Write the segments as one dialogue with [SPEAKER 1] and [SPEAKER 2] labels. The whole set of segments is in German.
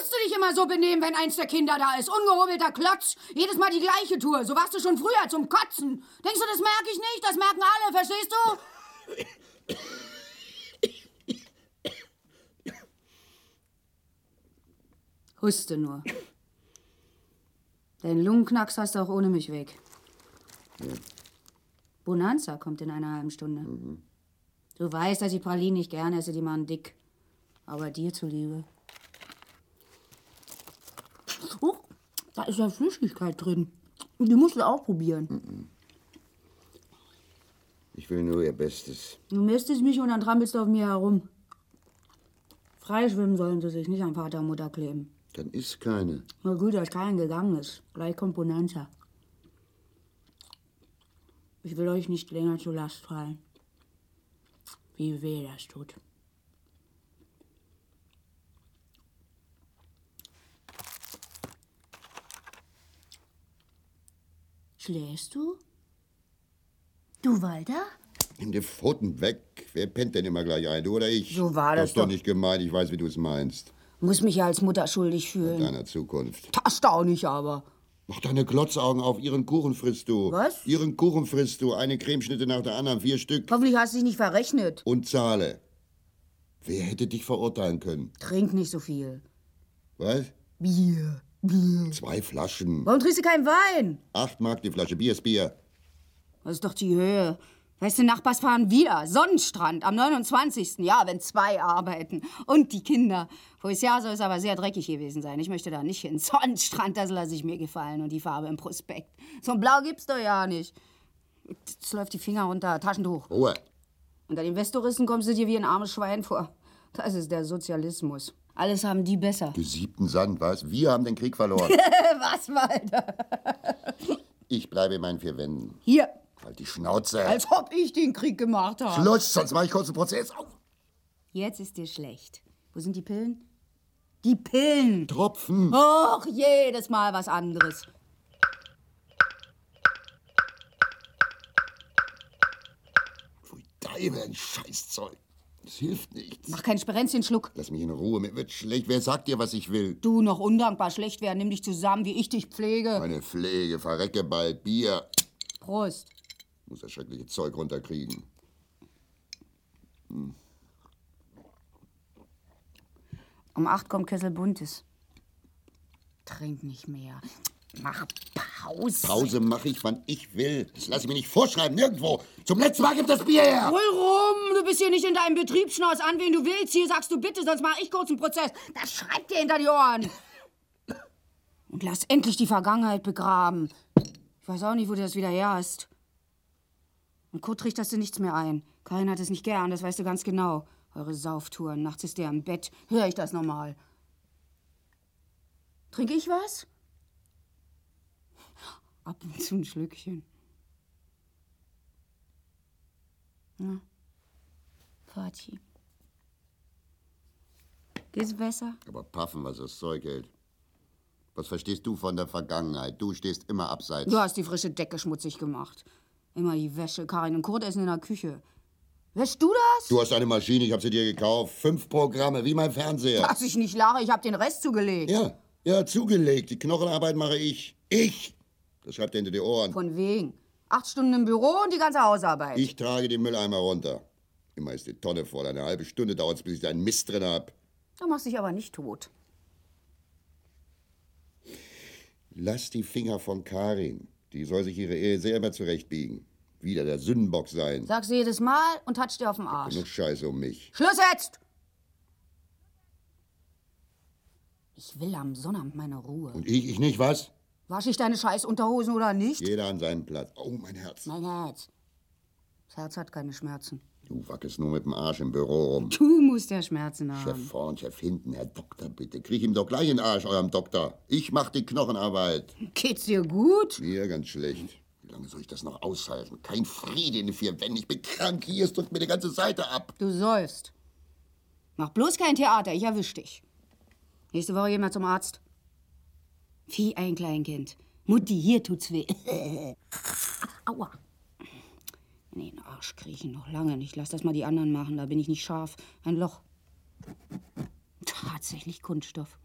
[SPEAKER 1] wieder so benehmen, wenn eins der Kinder da ist. Ungehobelter Klotz. Jedes Mal die gleiche Tour. So warst du schon früher zum Kotzen. Denkst du, das merke ich nicht? Das merken alle, verstehst du? Huste nur. Den Lungenknacks hast du auch ohne mich weg. Bonanza kommt in einer halben Stunde. Du weißt, dass ich Pralinen nicht gerne esse, die machen dick. Aber dir zuliebe. Oh, da ist ja Flüssigkeit drin. Die musst du auch probieren.
[SPEAKER 2] Ich will nur ihr Bestes.
[SPEAKER 1] Du mästest mich und dann trampelst du auf mir herum. Freischwimmen sollen sie sich, nicht an Vater und Mutter kleben.
[SPEAKER 2] Dann ist keine.
[SPEAKER 1] Na gut, dass kein gegangen ist. Gleich kommt Bonanza. Ich will euch nicht länger zur Last fallen. Wie weh das tut. Schläfst du?
[SPEAKER 3] Du, Walter?
[SPEAKER 2] In die Pfoten weg. Wer pennt denn immer gleich ein, du oder ich?
[SPEAKER 1] So war das
[SPEAKER 2] ist doch.
[SPEAKER 1] doch.
[SPEAKER 2] nicht gemeint. Ich weiß, wie du es meinst.
[SPEAKER 1] Muss mich ja als Mutter schuldig fühlen.
[SPEAKER 2] Deiner Zukunft.
[SPEAKER 1] Das da nicht aber.
[SPEAKER 2] Mach deine Glotzaugen auf. Ihren Kuchen frisst du.
[SPEAKER 1] Was?
[SPEAKER 2] Ihren Kuchen frisst du. Eine Cremeschnitte nach der anderen. Vier Stück.
[SPEAKER 1] Hoffentlich hast du dich nicht verrechnet.
[SPEAKER 2] Und zahle. Wer hätte dich verurteilen können?
[SPEAKER 1] Trink nicht so viel.
[SPEAKER 2] Was?
[SPEAKER 1] Bier. Bier.
[SPEAKER 2] Zwei Flaschen.
[SPEAKER 1] Warum trinkst du keinen Wein?
[SPEAKER 2] Acht Mark die Flasche. Bier ist Bier.
[SPEAKER 1] Das ist doch die Höhe. Weißt du, Nachbars fahren wieder. Sonnenstrand am 29. Ja, wenn zwei arbeiten. Und die Kinder. Voriges Jahr soll es aber sehr dreckig gewesen sein. Ich möchte da nicht hin. Sonnenstrand, das lasse ich mir gefallen. Und die Farbe im Prospekt. So ein Blau gibt's doch ja nicht. Jetzt läuft die Finger runter. Taschentuch.
[SPEAKER 2] Ruhe.
[SPEAKER 1] Unter den Westorissen kommst du dir wie ein armes Schwein vor. Das ist der Sozialismus. Alles haben die besser.
[SPEAKER 2] Gesiebten Sand, was? Wir haben den Krieg verloren.
[SPEAKER 1] Was, Walter?
[SPEAKER 2] ich bleibe in meinen vier Wänden.
[SPEAKER 1] Hier,
[SPEAKER 2] Halt die Schnauze.
[SPEAKER 1] als ob ich den Krieg gemacht habe.
[SPEAKER 2] Schluss, sonst mache ich kurz einen Prozess auf.
[SPEAKER 1] Jetzt ist dir schlecht. Wo sind die Pillen? Die Pillen!
[SPEAKER 2] Tropfen.
[SPEAKER 1] Och, jedes Mal was anderes.
[SPEAKER 2] Pfui, Deibel, ein Scheißzeug. Das hilft nichts.
[SPEAKER 1] Mach keinen Sperenzchen-Schluck.
[SPEAKER 2] Lass mich in Ruhe, mir wird schlecht. Wer sagt dir, was ich will?
[SPEAKER 1] Du noch undankbar schlecht werden, nimm dich zusammen, wie ich dich pflege.
[SPEAKER 2] Meine Pflege, verrecke bald, Bier.
[SPEAKER 1] Prost.
[SPEAKER 2] Muss das schreckliche Zeug runterkriegen.
[SPEAKER 1] Um acht kommt Kessel Buntes. Trink nicht mehr. Mach Pause.
[SPEAKER 2] Pause mache ich, wann ich will. Das lasse ich mir nicht vorschreiben, nirgendwo. Zum letzten Mal gibt das Bier her.
[SPEAKER 1] Hol rum, du bist hier nicht in deinem Betrieb, schnauz an, wen du willst. Hier sagst du bitte, sonst mache ich kurz einen Prozess. Das schreibt dir hinter die Ohren. Und lass endlich die Vergangenheit begraben. Ich weiß auch nicht, wo du das wieder her hast. Und Kurt trichterst du nichts mehr ein. Karin hat es nicht gern, das weißt du ganz genau. Eure Sauftouren, nachts ist der im Bett. Hör ich das nochmal. Trink ich was? Ab und zu ein Schlückchen. Party. Geht's besser?
[SPEAKER 2] Aber paffen, was das Zeug hält. Was verstehst du von der Vergangenheit? Du stehst immer abseits.
[SPEAKER 1] Du hast die frische Decke schmutzig gemacht. Immer die Wäsche. Karin und Kurt essen in der Küche. Wäschst du das?
[SPEAKER 2] Du hast eine Maschine, ich habe sie dir gekauft. Fünf Programme, wie mein Fernseher.
[SPEAKER 1] Dass ich nicht lache, ich hab den Rest zugelegt.
[SPEAKER 2] Ja, ja, zugelegt. Die Knochenarbeit mache ich. Ich! Das schreibt er hinter die Ohren.
[SPEAKER 1] Von wegen. Acht Stunden im Büro und die ganze Hausarbeit.
[SPEAKER 2] Ich trage den Mülleimer runter. Immer ist die Tonne voll. Eine halbe Stunde dauert es, bis ich da einen Mist drin hab.
[SPEAKER 1] Du machst dich aber nicht tot.
[SPEAKER 2] Lass die Finger von Karin. Die soll sich ihre Ehe selber zurechtbiegen. Wieder der Sündenbock sein.
[SPEAKER 1] Sag's jedes Mal und touch dir auf den Arsch.
[SPEAKER 2] Genug Scheiße um mich.
[SPEAKER 1] Schluss jetzt! Ich will am Sonnabend meine Ruhe.
[SPEAKER 2] Und ich, ich nicht, was?
[SPEAKER 1] Wasch ich deine scheiß Unterhosen oder nicht?
[SPEAKER 2] Jeder an seinem Platz. Oh, mein Herz.
[SPEAKER 1] Mein Herz. Das Herz hat keine Schmerzen.
[SPEAKER 2] Du wackelst nur mit dem Arsch im Büro rum.
[SPEAKER 1] Du musst ja Schmerzen haben.
[SPEAKER 2] Chef vorn, Chef hinten. Herr Doktor, bitte. Krieg ihm doch gleich in den Arsch, eurem Doktor. Ich mach die Knochenarbeit.
[SPEAKER 1] Geht's dir gut?
[SPEAKER 2] Mir ganz schlecht. Wie lange soll ich das noch aushalten? Kein Friede in den vier Wänden. Ich bin krank. Hier, es drückt mir die ganze Seite ab.
[SPEAKER 1] Du sollst. Mach bloß kein Theater, ich erwisch dich. Nächste Woche gehen wir zum Arzt. Wie ein Kleinkind. Mutti, hier tut's weh. Aua. In den Arsch kriechen noch lange nicht. Lass das mal die anderen machen, da bin ich nicht scharf. Ein Loch. Tatsächlich Kunststoff.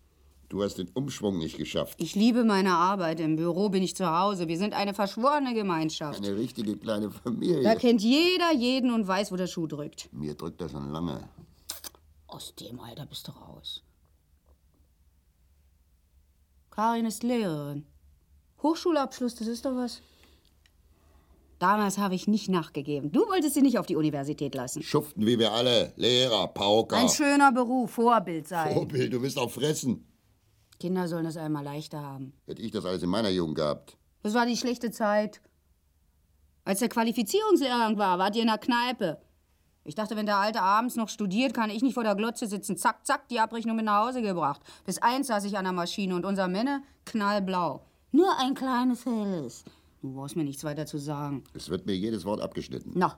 [SPEAKER 2] Du hast den Umschwung nicht geschafft.
[SPEAKER 1] Ich liebe meine Arbeit. Im Büro bin ich zu Hause. Wir sind eine verschworene Gemeinschaft.
[SPEAKER 2] Eine richtige kleine
[SPEAKER 1] Da
[SPEAKER 2] Familie.
[SPEAKER 1] kennt jeder jeden und weiß, wo der Schuh drückt.
[SPEAKER 2] Mir drückt das schon lange.
[SPEAKER 1] Aus dem Alter bist du raus. Karin ist Lehrerin. Hochschulabschluss, das ist doch was. Damals habe ich nicht nachgegeben. Du wolltest sie nicht auf die Universität lassen.
[SPEAKER 2] Schuften wie wir alle. Lehrer, Pauker.
[SPEAKER 1] Ein schöner Beruf, Vorbild sein.
[SPEAKER 2] Opel, du bist auf Fressen.
[SPEAKER 1] Kinder sollen es einmal leichter haben.
[SPEAKER 2] Hätte ich das alles in meiner Jugend gehabt.
[SPEAKER 1] Das war die schlechte Zeit. Als der Qualifizierungslehrgang war, wart ihr in der Kneipe. Ich dachte, wenn der Alte abends noch studiert, kann ich nicht vor der Glotze sitzen. Zack, zack, die Abrechnung mit nach Hause gebracht. Bis eins saß ich an der Maschine und unser Männer knallblau. Nur ein kleines Helles. Du brauchst mir nichts weiter zu sagen.
[SPEAKER 2] Es wird mir jedes Wort abgeschnitten.
[SPEAKER 1] Na.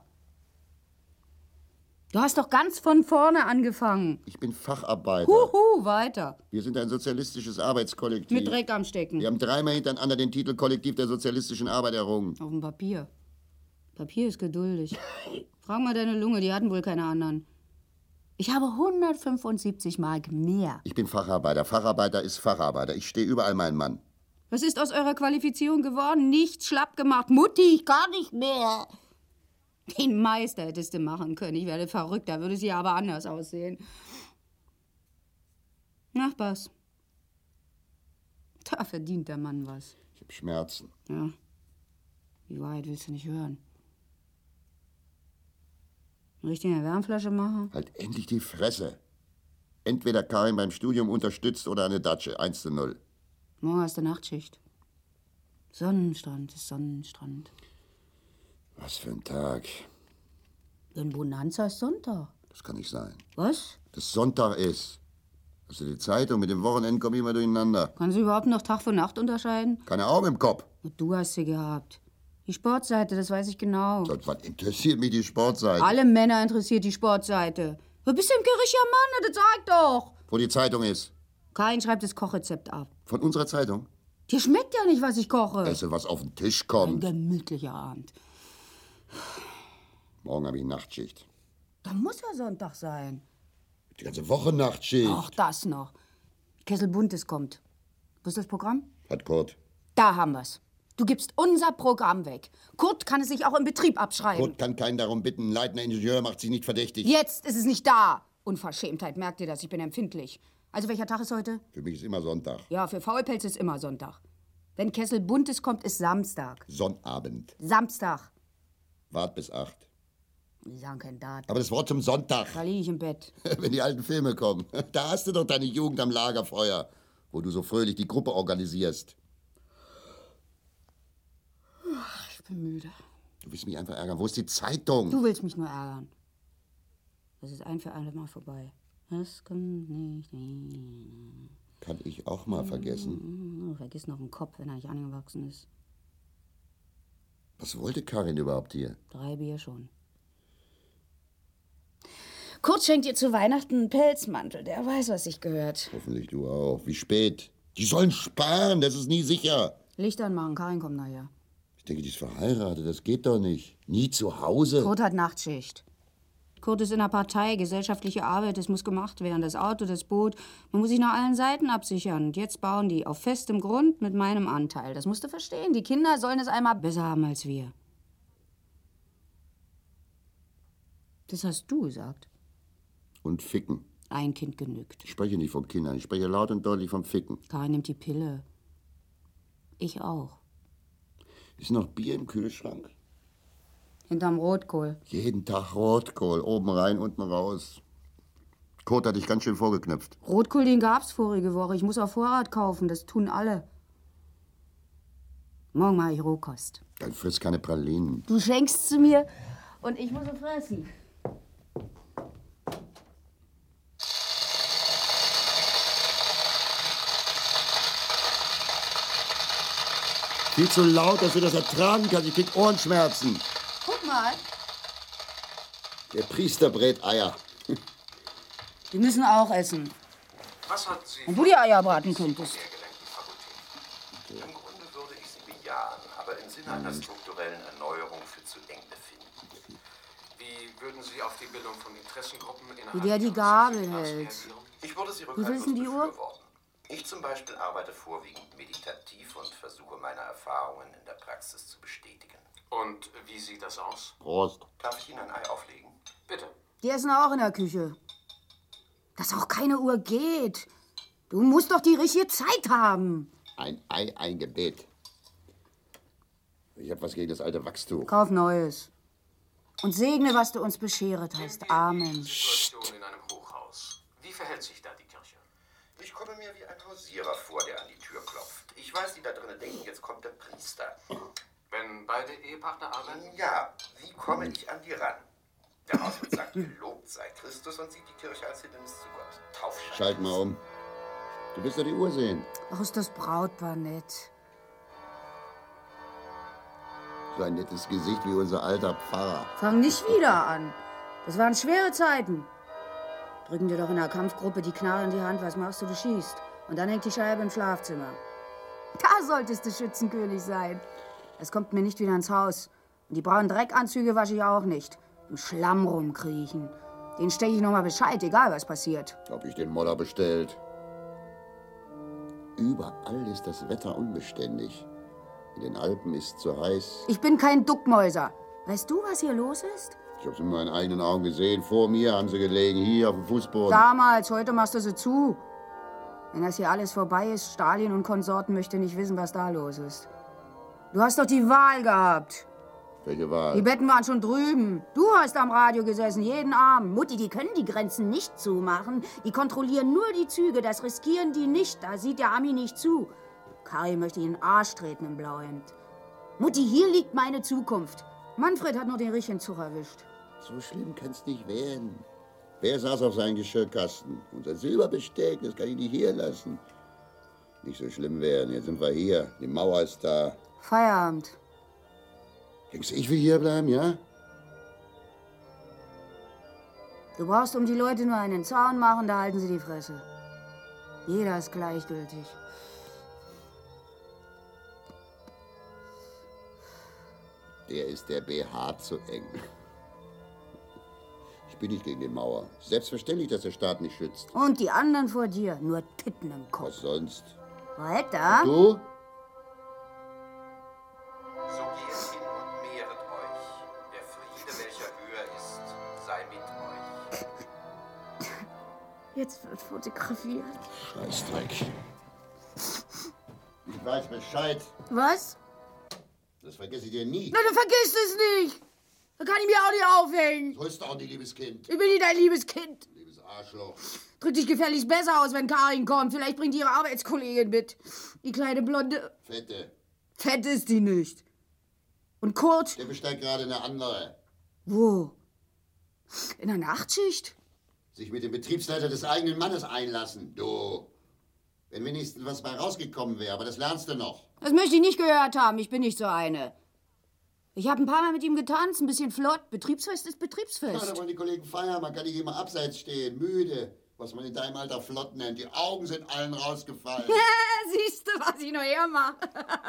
[SPEAKER 1] Du hast doch ganz von vorne angefangen.
[SPEAKER 2] Ich bin Facharbeiter.
[SPEAKER 1] Huhu, weiter.
[SPEAKER 2] Wir sind ein sozialistisches Arbeitskollektiv.
[SPEAKER 1] Mit Dreck am Stecken.
[SPEAKER 2] Wir haben dreimal hintereinander den Titel Kollektiv der sozialistischen Arbeit errungen.
[SPEAKER 1] Auf dem Papier. Papier ist geduldig. Frag mal deine Lunge, die hatten wohl keine anderen. Ich habe 175 Mark mehr.
[SPEAKER 2] Ich bin Facharbeiter. Facharbeiter ist Facharbeiter. Ich stehe überall mein Mann.
[SPEAKER 1] Was ist aus eurer Qualifizierung geworden? Nichts schlapp gemacht. Mutti, ich kann nicht mehr. Den Meister hättest du machen können. Ich werde verrückt, da würde es hier aber anders aussehen. Nachbars. Da verdient der Mann was.
[SPEAKER 2] Ich habe Schmerzen.
[SPEAKER 1] Ja. Die Wahrheit willst du nicht hören. Soll ich dir eine Wärmflasche machen?
[SPEAKER 2] Halt endlich die Fresse. Entweder Karin beim Studium unterstützt oder eine Datsche. 1 zu 0.
[SPEAKER 1] Morgen hast du Nachtschicht. Sonnenstrand ist Sonnenstrand.
[SPEAKER 2] Was für ein Tag.
[SPEAKER 1] Denn Bonanza ist Sonntag.
[SPEAKER 2] Das kann nicht sein.
[SPEAKER 1] Was?
[SPEAKER 2] Dass Sonntag ist. Also die Zeitung mit dem Wochenende kommt immer durcheinander.
[SPEAKER 1] Kannst du überhaupt noch Tag von Nacht unterscheiden?
[SPEAKER 2] Keine Augen im Kopf.
[SPEAKER 1] Und du hast sie gehabt. Die Sportseite, das weiß ich genau.
[SPEAKER 2] Gott, was interessiert mich die Sportseite?
[SPEAKER 1] Alle Männer interessiert die Sportseite. Du bist ein gerichter Mann, das sag doch.
[SPEAKER 2] Wo die Zeitung ist.
[SPEAKER 1] Karin schreibt das Kochrezept ab.
[SPEAKER 2] Von unserer Zeitung.
[SPEAKER 1] Dir schmeckt ja nicht, was ich koche.
[SPEAKER 2] Esse, was auf den Tisch
[SPEAKER 1] ein
[SPEAKER 2] kommt.
[SPEAKER 1] gemütlicher Abend.
[SPEAKER 2] Morgen habe ich Nachtschicht.
[SPEAKER 1] Da muss ja Sonntag sein.
[SPEAKER 2] Die ganze Woche Nachtschicht.
[SPEAKER 1] Auch das noch. Kessel Buntes kommt. Wo ist das Programm?
[SPEAKER 2] Hat Kurt.
[SPEAKER 1] Da haben wir's. Du gibst unser Programm weg. Kurt kann es sich auch im Betrieb abschreiben.
[SPEAKER 2] Kurt kann keinen darum bitten. Ein leitender Ingenieur macht sich nicht verdächtig.
[SPEAKER 1] Jetzt ist es nicht da. Unverschämtheit, merkt ihr das? Ich bin empfindlich. Also welcher Tag ist heute?
[SPEAKER 2] Für mich ist immer Sonntag.
[SPEAKER 1] Ja, für Faulpelz ist immer Sonntag. Wenn Kessel Buntes kommt, ist Samstag.
[SPEAKER 2] Sonnabend.
[SPEAKER 1] Samstag.
[SPEAKER 2] Wart bis acht.
[SPEAKER 1] Die sagen kein Datum.
[SPEAKER 2] Aber das Wort zum Sonntag,
[SPEAKER 1] Da liege ich im Bett.
[SPEAKER 2] wenn die alten Filme kommen. Da hast du doch deine Jugend am Lagerfeuer, wo du so fröhlich die Gruppe organisierst.
[SPEAKER 1] Ich bin müde.
[SPEAKER 2] Du willst mich einfach ärgern. Wo ist die Zeitung?
[SPEAKER 1] Du willst mich nur ärgern. Das ist ein für alle Mal vorbei. Es kommt nicht.
[SPEAKER 2] Kann ich auch mal vergessen.
[SPEAKER 1] Oh, vergiss noch einen Kopf, wenn er nicht angewachsen ist.
[SPEAKER 2] Was wollte Karin überhaupt hier?
[SPEAKER 1] Drei Bier schon. Kurt schenkt ihr zu Weihnachten einen Pelzmantel. Der weiß, was sich gehört.
[SPEAKER 2] Hoffentlich du auch. Wie spät? Die sollen sparen, das ist nie sicher.
[SPEAKER 1] Licht anmachen, Karin kommt nachher.
[SPEAKER 2] Ich denke, die ist verheiratet, das geht doch nicht. Nie zu Hause.
[SPEAKER 1] Kurt hat Nachtschicht. Kurt ist in der Partei, gesellschaftliche Arbeit, das muss gemacht werden. Das Auto, das Boot, man muss sich nach allen Seiten absichern. Und jetzt bauen die auf festem Grund mit meinem Anteil. Das musst du verstehen. Die Kinder sollen es einmal besser haben als wir. Das hast du gesagt.
[SPEAKER 2] Und ficken.
[SPEAKER 1] Ein Kind genügt.
[SPEAKER 2] Ich spreche nicht von Kindern, ich spreche laut und deutlich vom Ficken.
[SPEAKER 1] Karin nimmt die Pille. Ich auch.
[SPEAKER 2] Ist noch Bier im Kühlschrank?
[SPEAKER 1] Hinterm Rotkohl.
[SPEAKER 2] Jeden Tag Rotkohl, oben rein, unten raus. Kurt hat dich ganz schön vorgeknöpft.
[SPEAKER 1] Rotkohl, den gab's vorige Woche. Ich muss auf Vorrat kaufen. Das tun alle. Morgen mache ich Rohkost.
[SPEAKER 2] Dann frisst keine Pralinen.
[SPEAKER 1] Du schenkst zu mir und ich muss sie fressen.
[SPEAKER 2] Viel zu laut, dass du das ertragen kannst. Ich krieg Ohrenschmerzen.
[SPEAKER 1] Guck mal.
[SPEAKER 2] Der Priester brät Eier.
[SPEAKER 1] Die müssen auch essen.
[SPEAKER 4] Was hat sie
[SPEAKER 1] Wenn du die Eier braten könntest.
[SPEAKER 4] gelenkten Fakultät? Im Grunde würde ich sie bejahen, aber im Sinne einer strukturellen Erneuerung für zu eng befinden. Wie würden Sie auf die Bildung von Interessengruppen innerhalb
[SPEAKER 1] der die
[SPEAKER 4] Ihres
[SPEAKER 1] Gabel
[SPEAKER 4] Seminars
[SPEAKER 1] hält.
[SPEAKER 4] reagieren? Ich würde Sie
[SPEAKER 1] ist denn
[SPEAKER 4] rückhaltlos
[SPEAKER 1] die Uhr?
[SPEAKER 4] befürworten. Ich zum Beispiel arbeite vorwiegend meditativ und versuche meine Erfahrungen in der Praxis zu bestätigen.
[SPEAKER 5] Und wie sieht das aus?
[SPEAKER 2] Prost.
[SPEAKER 4] Darf ich Ihnen ein Ei auflegen?
[SPEAKER 5] Bitte.
[SPEAKER 1] Die essen auch in der Küche. Dass auch keine Uhr geht. Du musst doch die richtige Zeit haben.
[SPEAKER 2] Ein Ei, ein Gebet. Ich hab was gegen das alte Wachstuch.
[SPEAKER 1] Kauf Neues. Und segne, was du uns bescheret hast. Amen.
[SPEAKER 5] Situation in einem Hochhaus. Wie verhält sich da die Kirche?
[SPEAKER 4] Ich komme mir wie ein Hausierer vor, der an die Tür klopft. Ich weiß, die da drinnen denken, jetzt kommt der Priester.
[SPEAKER 5] Wenn beide Ehepartner arbeiten?
[SPEAKER 4] Nun ja, wie komme ich an die ran? Der Hausmann sagt, gelobt sei Christus und sieht die Kirche als Hindernis zu Gott. Taufschein.
[SPEAKER 2] Schalt mal um. Du willst ja die Uhr sehen.
[SPEAKER 1] Ach, ist das Brautpaar nett.
[SPEAKER 2] So ein nettes Gesicht wie unser alter Pfarrer.
[SPEAKER 1] Fang nicht wieder an. Das waren schwere Zeiten. Drücken dir doch in der Kampfgruppe die Knarre in die Hand. Was machst du? Du schießt. Und dann hängt die Scheibe im Schlafzimmer. Da solltest du Schützenkönig sein. Es kommt mir nicht wieder ins Haus. Und die braunen Dreckanzüge wasche ich auch nicht. Im Schlamm rumkriechen. Den stecke ich nochmal Bescheid, egal was passiert.
[SPEAKER 2] Hab ich den Modder bestellt. Überall ist das Wetter unbeständig. In den Alpen ist zu heiß.
[SPEAKER 1] Ich bin kein Duckmäuser. Weißt du, was hier los ist?
[SPEAKER 2] Ich hab's mit meinen eigenen Augen gesehen. Vor mir haben sie gelegen, hier auf dem Fußboden.
[SPEAKER 1] Damals, heute machst du sie zu. Wenn das hier alles vorbei ist, Stalin und Konsorten möchte nicht wissen, was da los ist. Du hast doch die Wahl gehabt.
[SPEAKER 2] Welche
[SPEAKER 1] Die
[SPEAKER 2] Wahl?
[SPEAKER 1] Betten waren schon drüben. Du hast am Radio gesessen, jeden Abend.
[SPEAKER 3] Mutti, die können die Grenzen nicht zumachen. Die kontrollieren nur die Züge, das riskieren die nicht. Da sieht der Ami nicht zu.
[SPEAKER 1] Kari möchte in den Arsch treten im Blauhemd. Mutti, hier liegt meine Zukunft. Manfred hat noch den richtigen Zug erwischt.
[SPEAKER 2] So schlimm kann's nicht werden. Wer saß auf seinem Geschirrkasten? Unser Silberbesteck, das kann ich nicht hier lassen. Nicht so schlimm werden. Jetzt sind wir hier. Die Mauer ist da.
[SPEAKER 1] Feierabend.
[SPEAKER 2] Denkst du, ich will hier bleiben, ja?
[SPEAKER 1] Du brauchst um die Leute nur einen Zaun machen, da halten sie die Fresse. Jeder ist gleichgültig.
[SPEAKER 2] Der ist der BH zu eng. Ich bin nicht gegen die Mauer. Selbstverständlich, dass der Staat mich schützt.
[SPEAKER 1] Und die anderen vor dir, nur Titten im Kopf. Halt
[SPEAKER 2] Was sonst?
[SPEAKER 1] Alter!
[SPEAKER 2] Du?
[SPEAKER 4] So geht hin und mehret euch. Der Friede, welcher höher ist, sei mit euch.
[SPEAKER 3] Jetzt wird fotografiert.
[SPEAKER 2] Scheißdreck. Ich weiß Bescheid.
[SPEAKER 1] Was?
[SPEAKER 2] Das vergesse ich dir nie.
[SPEAKER 1] Na, du vergisst es nicht! Da kann ich mir auch nicht aufhängen.
[SPEAKER 2] So ist auch nicht, liebes Kind.
[SPEAKER 1] Ich bin nicht dein liebes Kind.
[SPEAKER 2] Liebes Arschloch.
[SPEAKER 1] Drück dich gefälligst besser aus, wenn Karin kommt. Vielleicht bringt ihre Arbeitskollegin mit. Die kleine Blonde.
[SPEAKER 2] Fette.
[SPEAKER 1] Fett ist die nicht. Und Kurt?
[SPEAKER 2] Der bestellt gerade eine andere.
[SPEAKER 1] Wo? In der Nachtschicht?
[SPEAKER 2] Sich mit dem Betriebsleiter des eigenen Mannes einlassen. Du. Wenn wenigstens was bei rausgekommen wäre, aber das lernst du noch.
[SPEAKER 1] Das möchte ich nicht gehört haben. Ich bin nicht so eine. Ich habe ein paar Mal mit ihm getanzt, ein bisschen flott. Betriebsfest ist
[SPEAKER 2] Ja, da
[SPEAKER 1] Betriebsfest.
[SPEAKER 2] wollen die Kollegen feiern, man kann nicht immer abseits stehen, müde. Was man in deinem Alter flott nennt. Die Augen sind allen rausgefallen.
[SPEAKER 1] Siehst du, was ich noch hermache?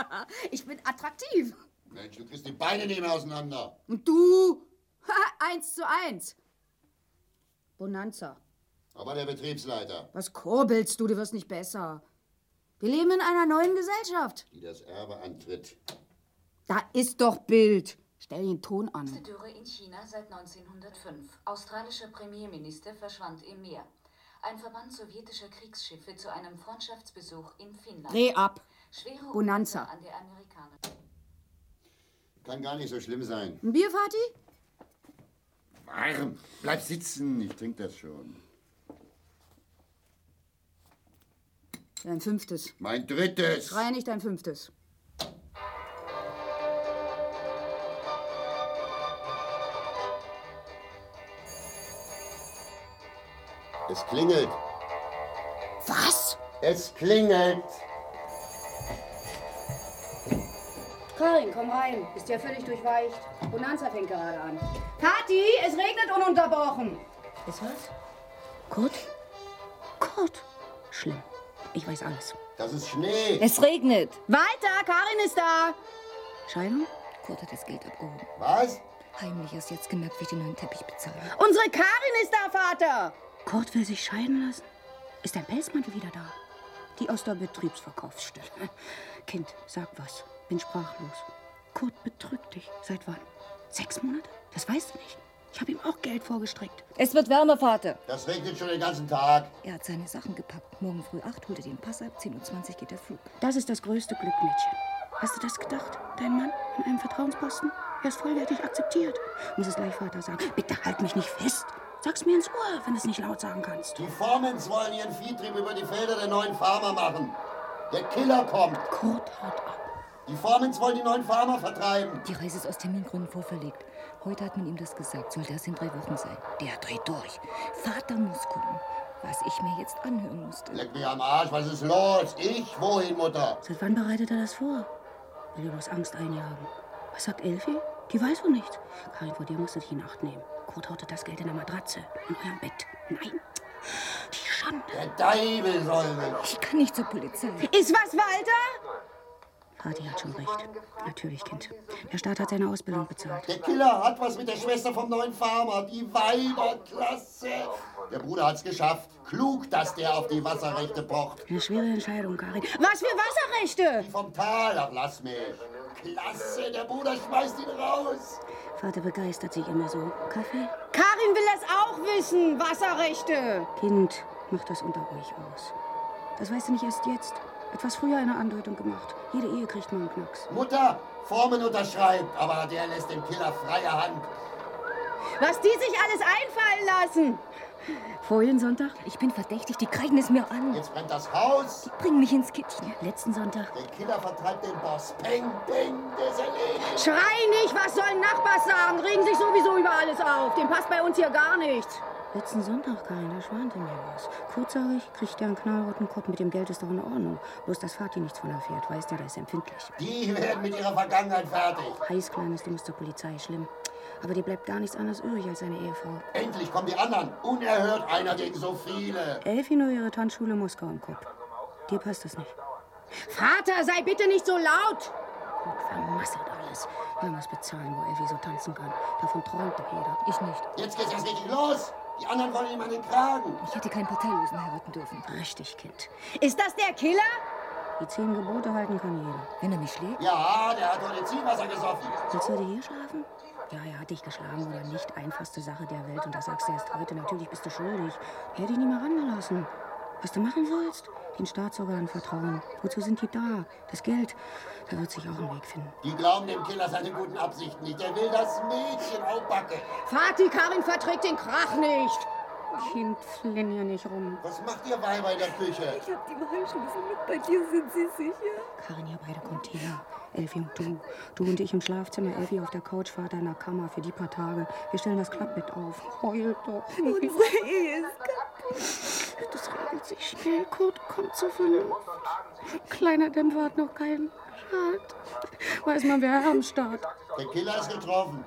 [SPEAKER 1] Ich bin attraktiv.
[SPEAKER 2] Mensch, du kriegst die Beine nicht mehr auseinander.
[SPEAKER 1] Und du? eins zu eins. Bonanza.
[SPEAKER 2] Aber der Betriebsleiter,
[SPEAKER 1] Was kurbelst du? Du wirst nicht besser. Wir leben in einer neuen Gesellschaft.
[SPEAKER 2] die das Erbe antritt.
[SPEAKER 1] Da ist doch Bild. Stell den Ton an.
[SPEAKER 6] Dürre in China seit 1905. Australischer Premierminister verschwand im Meer. Ein Verband sowjetischer Kriegsschiffe zu einem Freundschaftsbesuch in Finnland.
[SPEAKER 1] Dreh ab.
[SPEAKER 6] Schwere
[SPEAKER 1] Bonanza.
[SPEAKER 6] Unruhe an der Amerikaner.
[SPEAKER 2] Kann gar nicht so schlimm sein.
[SPEAKER 1] Ein Bier, Vati?
[SPEAKER 2] Warm, bleib sitzen, ich trinke das schon.
[SPEAKER 1] Dein fünftes.
[SPEAKER 2] Mein drittes.
[SPEAKER 1] Schrei nicht dein fünftes.
[SPEAKER 2] Es klingelt.
[SPEAKER 1] Was?
[SPEAKER 2] Es klingelt.
[SPEAKER 1] Karin, komm rein. Ist ja völlig durchweicht. Bonanza fängt gerade an. Kathi, es regnet ununterbrochen.
[SPEAKER 3] Ist was?
[SPEAKER 1] Kurt? Kurt? Schlimm. Ich weiß alles.
[SPEAKER 2] Das ist Schnee.
[SPEAKER 7] Es regnet.
[SPEAKER 1] Weiter, Karin ist da. Scheidung?
[SPEAKER 7] Kurt hat das Geld abgehoben.
[SPEAKER 2] Was?
[SPEAKER 7] Heimlich erst jetzt gemerkt, wie ich den neuen Teppich bezahle.
[SPEAKER 1] Unsere Karin ist da, Vater.
[SPEAKER 7] Kurt will sich scheiden lassen? Ist dein Pelzmantel wieder da?
[SPEAKER 1] Die Osterbetriebsverkaufsstelle. Kind, sag was. Bin sprachlos. Kurt betrügt dich. Seit wann? Sechs Monate? Das weißt du nicht. Ich habe ihm auch Geld vorgestreckt.
[SPEAKER 7] Es wird wärmer, Vater.
[SPEAKER 2] Das regnet schon den ganzen Tag.
[SPEAKER 7] Er hat seine Sachen gepackt. Morgen früh 8 holt er den Pass ab, 10.20 Uhr geht der Flug.
[SPEAKER 1] Das ist das größte Glück, Mädchen. Hast du das gedacht? Dein Mann in einem Vertrauensposten? Er ist vollwertig akzeptiert. Muss es gleich Vater sagen. Bitte halt mich nicht fest. Sag's mir ins Ohr, wenn du es nicht laut sagen kannst.
[SPEAKER 2] Die Formens wollen ihren Viehtrieb über die Felder der neuen Farmer machen. Der Killer kommt.
[SPEAKER 1] Kurt haut ab.
[SPEAKER 2] Die Formens wollen die neuen Farmer vertreiben.
[SPEAKER 7] Die Reise ist aus Termingründen vorverlegt. Heute hat man ihm das gesagt. Soll das in drei Wochen sein? Der dreht durch. Vater muss kommen. Was ich mir jetzt anhören musste.
[SPEAKER 2] Leck mich am Arsch, was ist los? Ich? Wohin, Mutter?
[SPEAKER 1] Seit wann bereitet er das vor? Will dir bloß Angst einjagen. Was sagt Elfi? Die weiß wohl nichts. Karin, vor dir musst du dich in Acht nehmen. Kurt haute das Geld in der Matratze. In eurem Bett. Nein. Die Schande.
[SPEAKER 2] Der Teufel soll mich.
[SPEAKER 7] Ich kann nicht zur Polizei.
[SPEAKER 3] Ist was, Walter?
[SPEAKER 1] Vati hat schon recht. Natürlich, Kind. Der Staat hat seine Ausbildung bezahlt.
[SPEAKER 2] Der Killer hat was mit der Schwester vom neuen Farmer. Die Weiberklasse. Der Bruder hat's geschafft. Klug, dass der auf die Wasserrechte pocht.
[SPEAKER 1] Eine schwere Entscheidung, Karin.
[SPEAKER 3] Was für Wasserrechte?
[SPEAKER 2] Die vom Tal, ach lass mich. Klasse, der Bruder schmeißt ihn raus.
[SPEAKER 1] Vater begeistert sich immer so. Kaffee?
[SPEAKER 3] Karin will das auch wissen. Wasserrechte.
[SPEAKER 1] Kind, macht das unter euch aus. Das weißt du nicht erst jetzt. Etwas früher eine Andeutung gemacht. Jede Ehe kriegt man einen Knacks.
[SPEAKER 2] Mutter, Formen unterschreibt, aber der lässt dem Killer freie Hand.
[SPEAKER 3] Was die sich alles einfallen lassen.
[SPEAKER 1] Vorhin Sonntag?
[SPEAKER 7] Ich bin verdächtig. Die greifen es mir an.
[SPEAKER 2] Jetzt brennt das Haus.
[SPEAKER 7] Bring mich ins Kittchen.
[SPEAKER 1] Letzten Sonntag?
[SPEAKER 2] Der Killer vertreibt den Boss. Peng, peng, der ist erledigt.
[SPEAKER 1] Schrei nicht, was sollen Nachbars sagen? Regen sich sowieso über alles auf. Dem passt bei uns hier gar nichts. Letzten Sonntag, Karin, da schwante mir was. Kurz sage ich, kriegt der einen knallroten Kopf. Mit dem Geld ist doch in Ordnung. Bloß, dass Vati nichts von erfährt, weiß der, der ist empfindlich.
[SPEAKER 2] Die werden mit ihrer Vergangenheit fertig.
[SPEAKER 1] Heiß, Kleines, du musst zur Polizei, schlimm. Aber dir bleibt gar nichts anderes übrig als seine Ehefrau.
[SPEAKER 2] Endlich kommen die anderen. Unerhört einer gegen so viele.
[SPEAKER 1] Elfi nur ihre Tanzschule Moskau im Kopf. Dir passt das nicht.
[SPEAKER 3] Vater, sei bitte nicht so laut.
[SPEAKER 1] Gott, vermasselt alles. Man muss bezahlen, wo Elfi so tanzen kann. Davon träumt doch jeder.
[SPEAKER 7] Ich nicht.
[SPEAKER 2] Jetzt geht's erst richtig los. Die anderen wollen ihm an den Kragen.
[SPEAKER 7] Ich hätte keinen Parteilosen heiraten dürfen.
[SPEAKER 1] Richtig, Kind.
[SPEAKER 3] Ist das der Killer?
[SPEAKER 1] Die zehn Gebote halten kann jeder.
[SPEAKER 7] Wenn er mich schlägt,
[SPEAKER 2] Ja, der hat heute Zielwasser gesoffen.
[SPEAKER 1] Willst du heute hier schlafen? Ja, er hat dich geschlagen oder nicht. Einfachste Sache der Welt. Und das sagst du erst heute. Natürlich bist du schuldig. Er hätte dich nie mehr rangelassen. Was du machen sollst? Den Staatsorganen vertrauen. Wozu sind die da? Das Geld. Da wird sich auch ein Weg finden.
[SPEAKER 2] Die glauben dem Killer seine guten Absichten nicht. Der will das Mädchen aufbacke.
[SPEAKER 3] Vati, Karin verträgt den Krach nicht.
[SPEAKER 1] Kind, flinn hier nicht rum.
[SPEAKER 2] Was macht ihr Weiber in der Küche?
[SPEAKER 7] ich hab die Wahlschlüssel mit. Bei dir sind sie sicher.
[SPEAKER 1] Karin, ihr beide kommt her. Elfi und du. Du und ich im Schlafzimmer, Elfi auf der Couch, Vater in der Kammer für die paar Tage. Wir stellen das Klappbett auf. Heul doch.
[SPEAKER 7] Unsere Ehe ist
[SPEAKER 1] Das regelt sich schnell. Kurt kommt zu Vernunft. Kleiner Dämpfer hat noch keinen Halt. Weiß man, wer am Start.
[SPEAKER 2] Der Killer ist getroffen.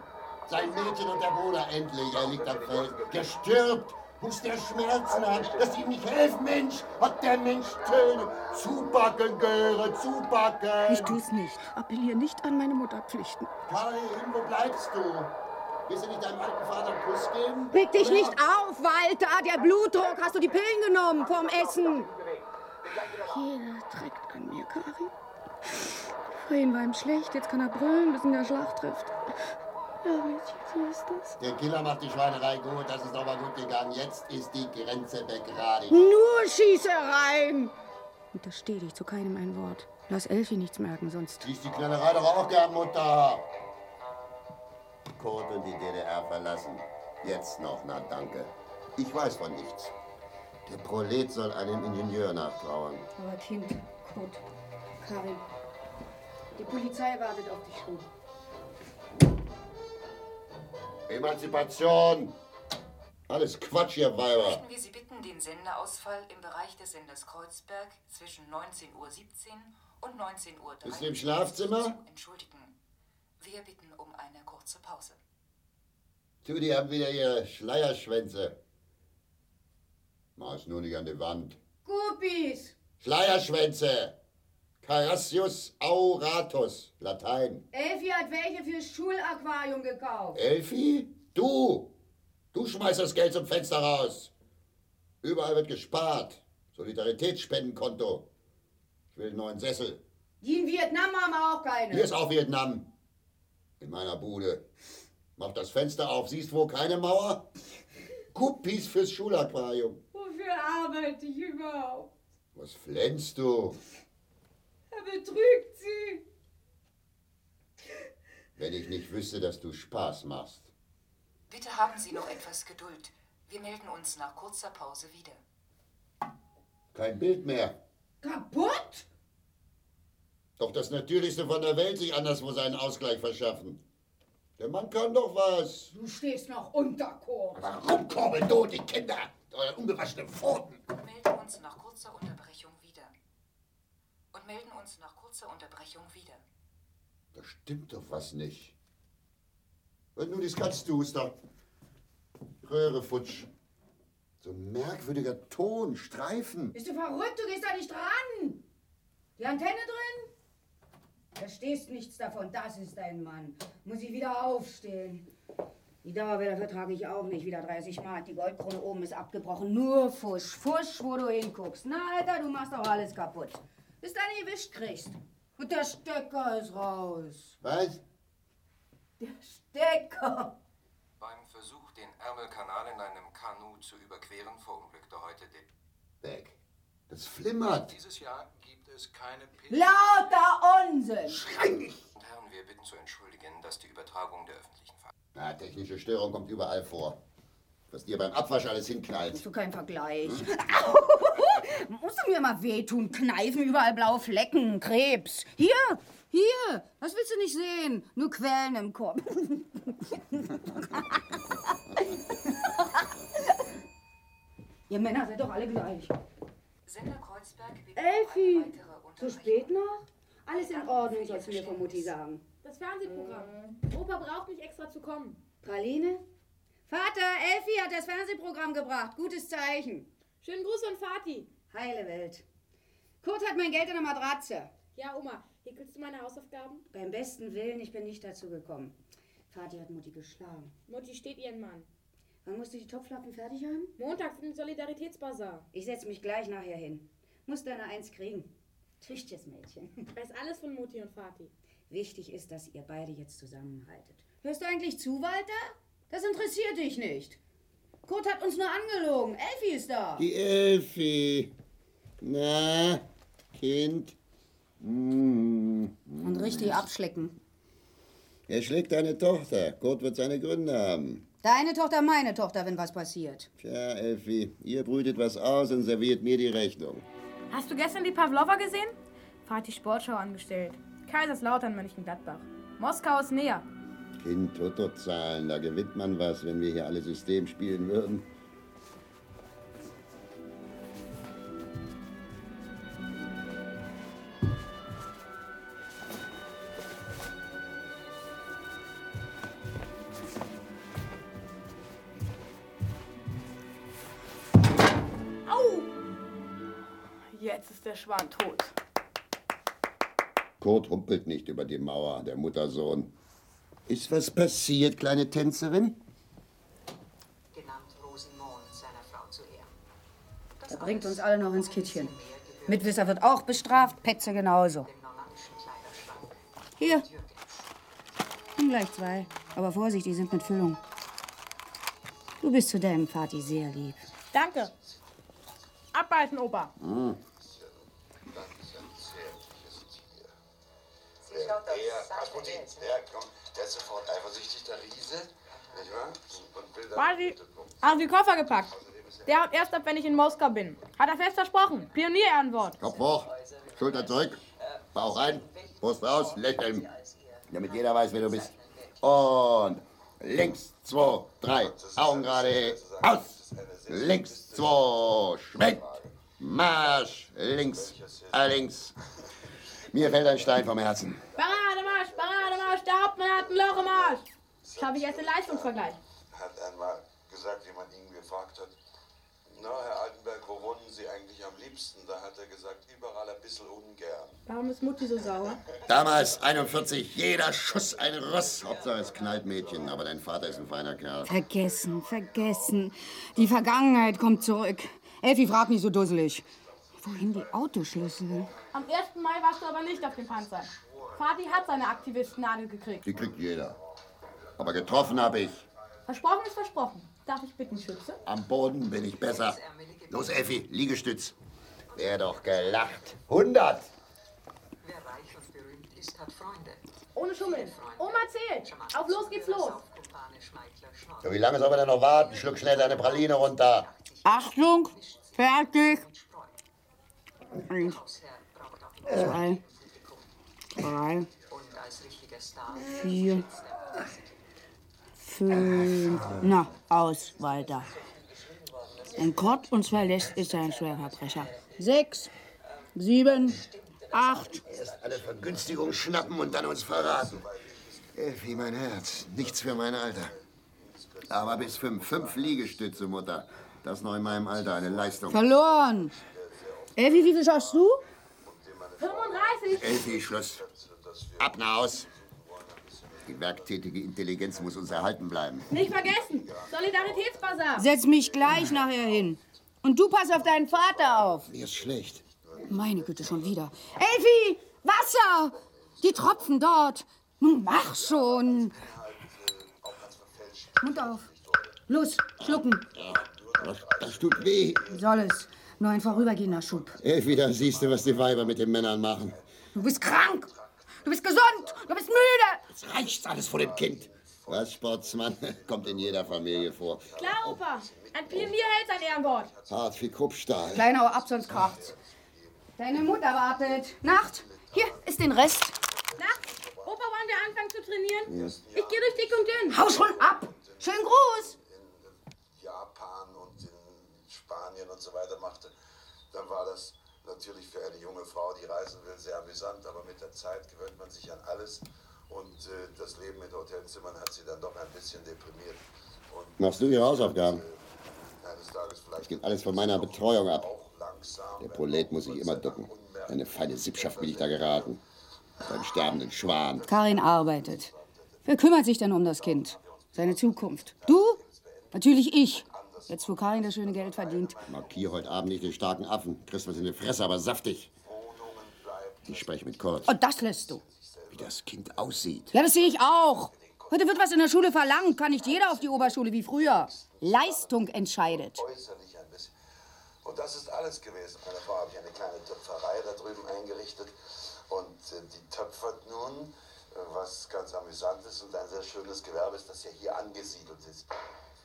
[SPEAKER 2] Sein Mädchen und der Bruder endlich. Er liegt am Feld. Der stirbt. Muss der Schmerzen haben, dass ihm nicht helfen, Mensch. Hat der Mensch Töne. Zubacken, Göre, zubacken.
[SPEAKER 7] Ich tu's nicht.
[SPEAKER 1] Appellier nicht an meine Mutterpflichten.
[SPEAKER 2] Karin, wo bleibst du? Willst du nicht deinem alten Vater einen Kuss geben?
[SPEAKER 3] Reg dich nicht auf, Walter. Der Blutdruck. Hast du die Pillen genommen vorm Essen?
[SPEAKER 1] Jeder trägt an mir, Karin. Vorhin war ihm schlecht, jetzt kann er brüllen, bis ihn der Schlag trifft. Ja, Mädchen, so ist das.
[SPEAKER 2] Der Killer macht die Schweinerei gut, das ist aber gut gegangen. Jetzt ist die Grenze begradigt.
[SPEAKER 3] Nur Schießereien.
[SPEAKER 1] Untersteh dich zu keinem ein Wort. Lass Elfi nichts merken, sonst.
[SPEAKER 2] Die ist die Knallerei doch auch gern, Mutter. Kurt und die DDR verlassen. Jetzt noch, na danke. Ich weiß von nichts. Der Prolet soll einem Ingenieur nachtrauern.
[SPEAKER 1] Aber Kind, Kurt, Karin. Die Polizei wartet auf dich schon.
[SPEAKER 2] Emanzipation! Alles Quatsch, ihr Weiber.
[SPEAKER 6] Möchten wir Sie bitten, den Senderausfall im Bereich des Senders Kreuzberg zwischen 19.17 Uhr und 19.30 Uhr
[SPEAKER 2] Bist du im Schlafzimmer?
[SPEAKER 6] zu entschuldigen. Wir bitten um eine kurze Pause.
[SPEAKER 2] Du, die haben wieder ihre Schleierschwänze. Mach's nur nicht an die Wand.
[SPEAKER 3] Guppies.
[SPEAKER 2] Schleierschwänze! Carassius auratus, Latein.
[SPEAKER 3] Elfi hat welche fürs Schulaquarium gekauft.
[SPEAKER 2] Elfi? Du! Du schmeißt das Geld zum Fenster raus! Überall wird gespart. Solidaritätsspendenkonto. Ich will einen neuen Sessel.
[SPEAKER 1] Die in Vietnam haben wir auch keine.
[SPEAKER 2] Hier ist auch Vietnam. In meiner Bude. Mach das Fenster auf. Siehst wohl keine Mauer? Guppies fürs Schulaquarium.
[SPEAKER 8] Wofür arbeite ich überhaupt?
[SPEAKER 2] Was flänzt du?
[SPEAKER 8] Er betrügt sie.
[SPEAKER 2] Wenn ich nicht wüsste, dass du Spaß machst.
[SPEAKER 9] Bitte haben Sie noch etwas Geduld. Wir melden uns nach kurzer Pause wieder.
[SPEAKER 2] Kein Bild mehr.
[SPEAKER 1] Kaputt?
[SPEAKER 2] Doch das Natürlichste von der Welt, sich anderswo seinen Ausgleich verschaffen. Der Mann kann doch was.
[SPEAKER 1] Du stehst noch unter Chor.
[SPEAKER 2] Warum kurbeln du die Kinder? Eure ungewaschenen Pfoten.
[SPEAKER 9] Melden uns nach kurzer Unterbrechung wieder. Und melden uns nach kurzer Unterbrechung wieder.
[SPEAKER 2] Da stimmt doch was nicht. Wenn du das kannst, du da. Röhre futsch. So ein merkwürdiger Ton, Streifen.
[SPEAKER 1] Bist du verrückt? Du gehst da nicht ran. Die Antenne drin? Verstehst nichts davon. Das ist dein Mann. Muss ich wieder aufstehen. Die Dauerwelle vertrage ich auch nicht. Wieder 30 Mark. Die Goldkrone oben ist abgebrochen. Nur Fusch. Fusch, wo du hinguckst. Na, Alter, du machst doch alles kaputt. Bis du einen gewischt kriegst. Und der Stecker ist raus.
[SPEAKER 2] Was?
[SPEAKER 1] Stecker.
[SPEAKER 4] Beim Versuch, den Ärmelkanal in einem Kanu zu überqueren, verunglückte heute der.
[SPEAKER 2] Weg. Das flimmert.
[SPEAKER 4] Dieses Jahr gibt es keine Pil
[SPEAKER 1] Lauter Unsinn.
[SPEAKER 4] und Herren, wir bitten zu entschuldigen, dass die Übertragung der öffentlichen Ver
[SPEAKER 2] Na, technische Störung kommt überall vor. Was dir beim Abwasch alles hinknallt.
[SPEAKER 1] Du kein Vergleich. Musst du mir mal wehtun? Kneifen, überall blaue Flecken, Krebs. Hier, hier, das willst du nicht sehen. Nur Quellen im Kopf. Ihr Männer seid doch alle gleich.
[SPEAKER 9] Sender Kreuzberg beginnt
[SPEAKER 8] Elfi,
[SPEAKER 9] eine weitere
[SPEAKER 1] Zu
[SPEAKER 9] Unterbrechung.
[SPEAKER 1] spät noch? Alles in Ordnung, sollst du mir von Mutti sagen.
[SPEAKER 8] Das Fernsehprogramm. Opa braucht nicht extra zu kommen.
[SPEAKER 1] Praline? Vater, Elfi hat das Fernsehprogramm gebracht. Gutes Zeichen.
[SPEAKER 8] Schönen Gruß an Vati.
[SPEAKER 1] Heile Welt. Kurt hat mein Geld in der Matratze.
[SPEAKER 8] Ja, Oma, häkelst du meine Hausaufgaben?
[SPEAKER 1] Beim besten Willen, ich bin nicht dazu gekommen. Vati hat Mutti geschlagen.
[SPEAKER 8] Mutti steht ihren Mann.
[SPEAKER 1] Wann musst du die Topflappen fertig haben?
[SPEAKER 8] Montags im Solidaritätsbazar.
[SPEAKER 1] Ich setze mich gleich nachher hin. Muss deine Eins kriegen. Tüchtiges Mädchen.
[SPEAKER 8] Weiß alles von Mutti und Vati.
[SPEAKER 1] Wichtig ist, dass ihr beide jetzt zusammenhaltet. Hörst du eigentlich zu, Walter? Das interessiert dich nicht. Kurt hat uns nur angelogen. Elfi ist da.
[SPEAKER 2] Die Elfi. Na, Kind. Hm.
[SPEAKER 1] Und richtig abschlecken.
[SPEAKER 2] Er schlägt deine Tochter. Kurt wird seine Gründe haben.
[SPEAKER 1] Deine Tochter, meine Tochter, wenn was passiert.
[SPEAKER 2] Tja, Elfi, ihr brütet was aus und serviert mir die Rechnung.
[SPEAKER 10] Hast du gestern die Pavlova gesehen? Vati Sportschau angestellt. Kaiserslautern, Mönchengladbach. Moskau ist näher.
[SPEAKER 2] Kind, Totozahlen, da gewinnt man was, wenn wir hier alle System spielen würden.
[SPEAKER 10] Jetzt ist der Schwan tot.
[SPEAKER 2] Kurt humpelt nicht über die Mauer, der Muttersohn. Ist was passiert, kleine Tänzerin?
[SPEAKER 9] Genannt Rosenmond seiner Frau zu Ehren. Das
[SPEAKER 1] Er
[SPEAKER 9] alles
[SPEAKER 1] bringt uns alle noch ins
[SPEAKER 9] und ein bisschen
[SPEAKER 1] Kittchen.
[SPEAKER 9] mehr gehört
[SPEAKER 1] Mitwisser wird auch bestraft, Petze genauso.
[SPEAKER 9] dem normannischen Kleiderschrank.
[SPEAKER 1] Hier,
[SPEAKER 9] Jürgens.
[SPEAKER 1] Nimm gleich zwei. Aber Vorsicht, die sind mit Füllung. Du bist zu deinem Vati sehr lieb.
[SPEAKER 10] Danke. Abhalten, Opa.
[SPEAKER 9] Sie schaut
[SPEAKER 4] Der
[SPEAKER 9] auf seine
[SPEAKER 4] Rasputin,
[SPEAKER 9] Welt.
[SPEAKER 4] der kommt, der ist sofort eifersüchtig, der Riese, nicht wahr? Und will dann-
[SPEAKER 10] Vati, haben die Koffer gepackt. Der haut erst ab, wenn ich in Moskau bin. Hat er fest versprochen. Pionieranwort.
[SPEAKER 2] Kopf hoch, Schulter zurück, Bauch rein, Brust raus, lächeln. Damit jeder weiß, wer du bist. Und links, zwei, drei, Augen gerade, aus. Links, zwei, schwenkt, Marsch, links, allerdings. Mir fällt ein Stein vom Herzen.
[SPEAKER 10] Parademarsch, Parademarsch, der Hauptmann hat einen Loch im Arsch. Schaffe ich erst den Leistungsvergleich.
[SPEAKER 4] Hat einmal gesagt, wie man ihn gefragt hat. Na, Herr Altenberg, wo wohnen Sie eigentlich am liebsten? Da hat er gesagt, überall ein bisschen ungern.
[SPEAKER 10] Warum ist Mutti so sauer?
[SPEAKER 2] Damals 41, jeder Schuss ein Ross. Hauptsache es knallt Mädchen, aber dein Vater ist ein feiner Kerl.
[SPEAKER 1] Vergessen, vergessen. Die Vergangenheit kommt zurück. Elfi fragt nicht so dusselig. Wohin die Autoschlüssel?
[SPEAKER 10] Am 1. Mai warst du aber nicht auf dem Panzer. Fatih hat seine Aktivistennadel gekriegt.
[SPEAKER 2] Die kriegt jeder. Aber getroffen habe ich.
[SPEAKER 10] Versprochen ist versprochen. Darf ich bitten, Schütze?
[SPEAKER 2] Am Boden bin ich besser. Los, Effi, Liegestütz. Wer doch gelacht. 100.
[SPEAKER 9] Wer reich und berühmt ist, hat Freunde.
[SPEAKER 10] Ohne Schummeln. Oma zählt. Auf los geht's los.
[SPEAKER 2] Ja, wie lange soll man denn noch warten? Schluck schnell deine Praline runter.
[SPEAKER 1] Achtung, fertig. Eins, zwei, drei,
[SPEAKER 9] Und als richtiger Star.
[SPEAKER 1] vier, fünf. Na, aus, weiter. Ein Kott uns verlässt, ist er ein Schwerverbrecher. Sechs, sieben, acht.
[SPEAKER 2] Erst alle Vergünstigung schnappen und dann uns verraten. Effi, mein Herz. Nichts für mein Alter. Aber bis fünf. Fünf Liegestütze, Mutter. Das noch in meinem Alter eine Leistung.
[SPEAKER 1] Verloren. Elfi, wie viel schaffst du?
[SPEAKER 10] 35.
[SPEAKER 2] Elfi, Schluss. Ab nach Haus. Die werktätige Intelligenz muss uns erhalten bleiben.
[SPEAKER 10] Nicht vergessen. Solidaritätsbasar.
[SPEAKER 1] Setz mich gleich nachher hin. Und du pass auf deinen Vater auf.
[SPEAKER 2] Mir ist schlecht.
[SPEAKER 1] Meine Güte, schon wieder. Elfi, Wasser! Die Tropfen dort. Nun mach schon. Mund auf. Los, schlucken.
[SPEAKER 2] Das, das tut weh.
[SPEAKER 1] Soll es. Nur ein vorübergehender Schub.
[SPEAKER 2] Elfi, da siehst du, was die Weiber mit den Männern machen.
[SPEAKER 1] Du bist krank. Du bist gesund. Du bist müde.
[SPEAKER 2] Jetzt reicht's alles vor dem Kind. Was, Sportsmann? Kommt in jeder Familie vor.
[SPEAKER 10] Klar, Opa. Ein Pionier hält sein Ehrenwort.
[SPEAKER 2] Hart wie Kruppstahl.
[SPEAKER 1] Kleiner hau ab, sonst kracht's. Deine Mutter wartet. Nacht. Hier ist den Rest.
[SPEAKER 10] Na, Opa, wollen wir anfangen zu trainieren? Ich gehe durch dick und dünn.
[SPEAKER 1] Hau schon ab. Schönen Gruß.
[SPEAKER 4] äh, Japan und in Spanien und so weiter machte, dann war das natürlich für eine junge Frau, die reisen will, sehr amüsant. Aber mit der Zeit gewöhnt man sich an alles und äh, das Leben mit Hotelzimmern hat sie dann doch ein bisschen deprimiert. Und
[SPEAKER 2] Machst du ihre Hausaufgaben?
[SPEAKER 4] eines Tages vielleicht
[SPEAKER 2] Geht alles von meiner Betreuung ab.
[SPEAKER 4] auch langsam.
[SPEAKER 2] Der Prolet muss sich immer ducken. Eine feine Sippschaft bin ich da geraten. Beim sterbenden Schwan.
[SPEAKER 1] Karin arbeitet. Wer kümmert sich denn um das Kind? Seine Zukunft. Du? Natürlich ich. Jetzt, wo Karin das schöne Geld verdient.
[SPEAKER 2] Markier heute Abend nicht den starken Affen. Kriegst was in die Fresse, aber saftig. Ich spreche mit Kurt,
[SPEAKER 1] Und das lässt du.
[SPEAKER 2] wie das Kind aussieht.
[SPEAKER 1] Ja, das sehe ich auch. Heute wird was in der Schule verlangt. Kann nicht jeder auf die Oberschule wie früher. Leistung entscheidet.
[SPEAKER 4] äußerlich ein bisschen. Und das ist alles gewesen. Meine Frau habe ich eine kleine Töpferei da drüben eingerichtet und äh, die töpfert nun, äh, was ganz amüsant ist und ein sehr schönes Gewerbe ist, das ja hier angesiedelt ist.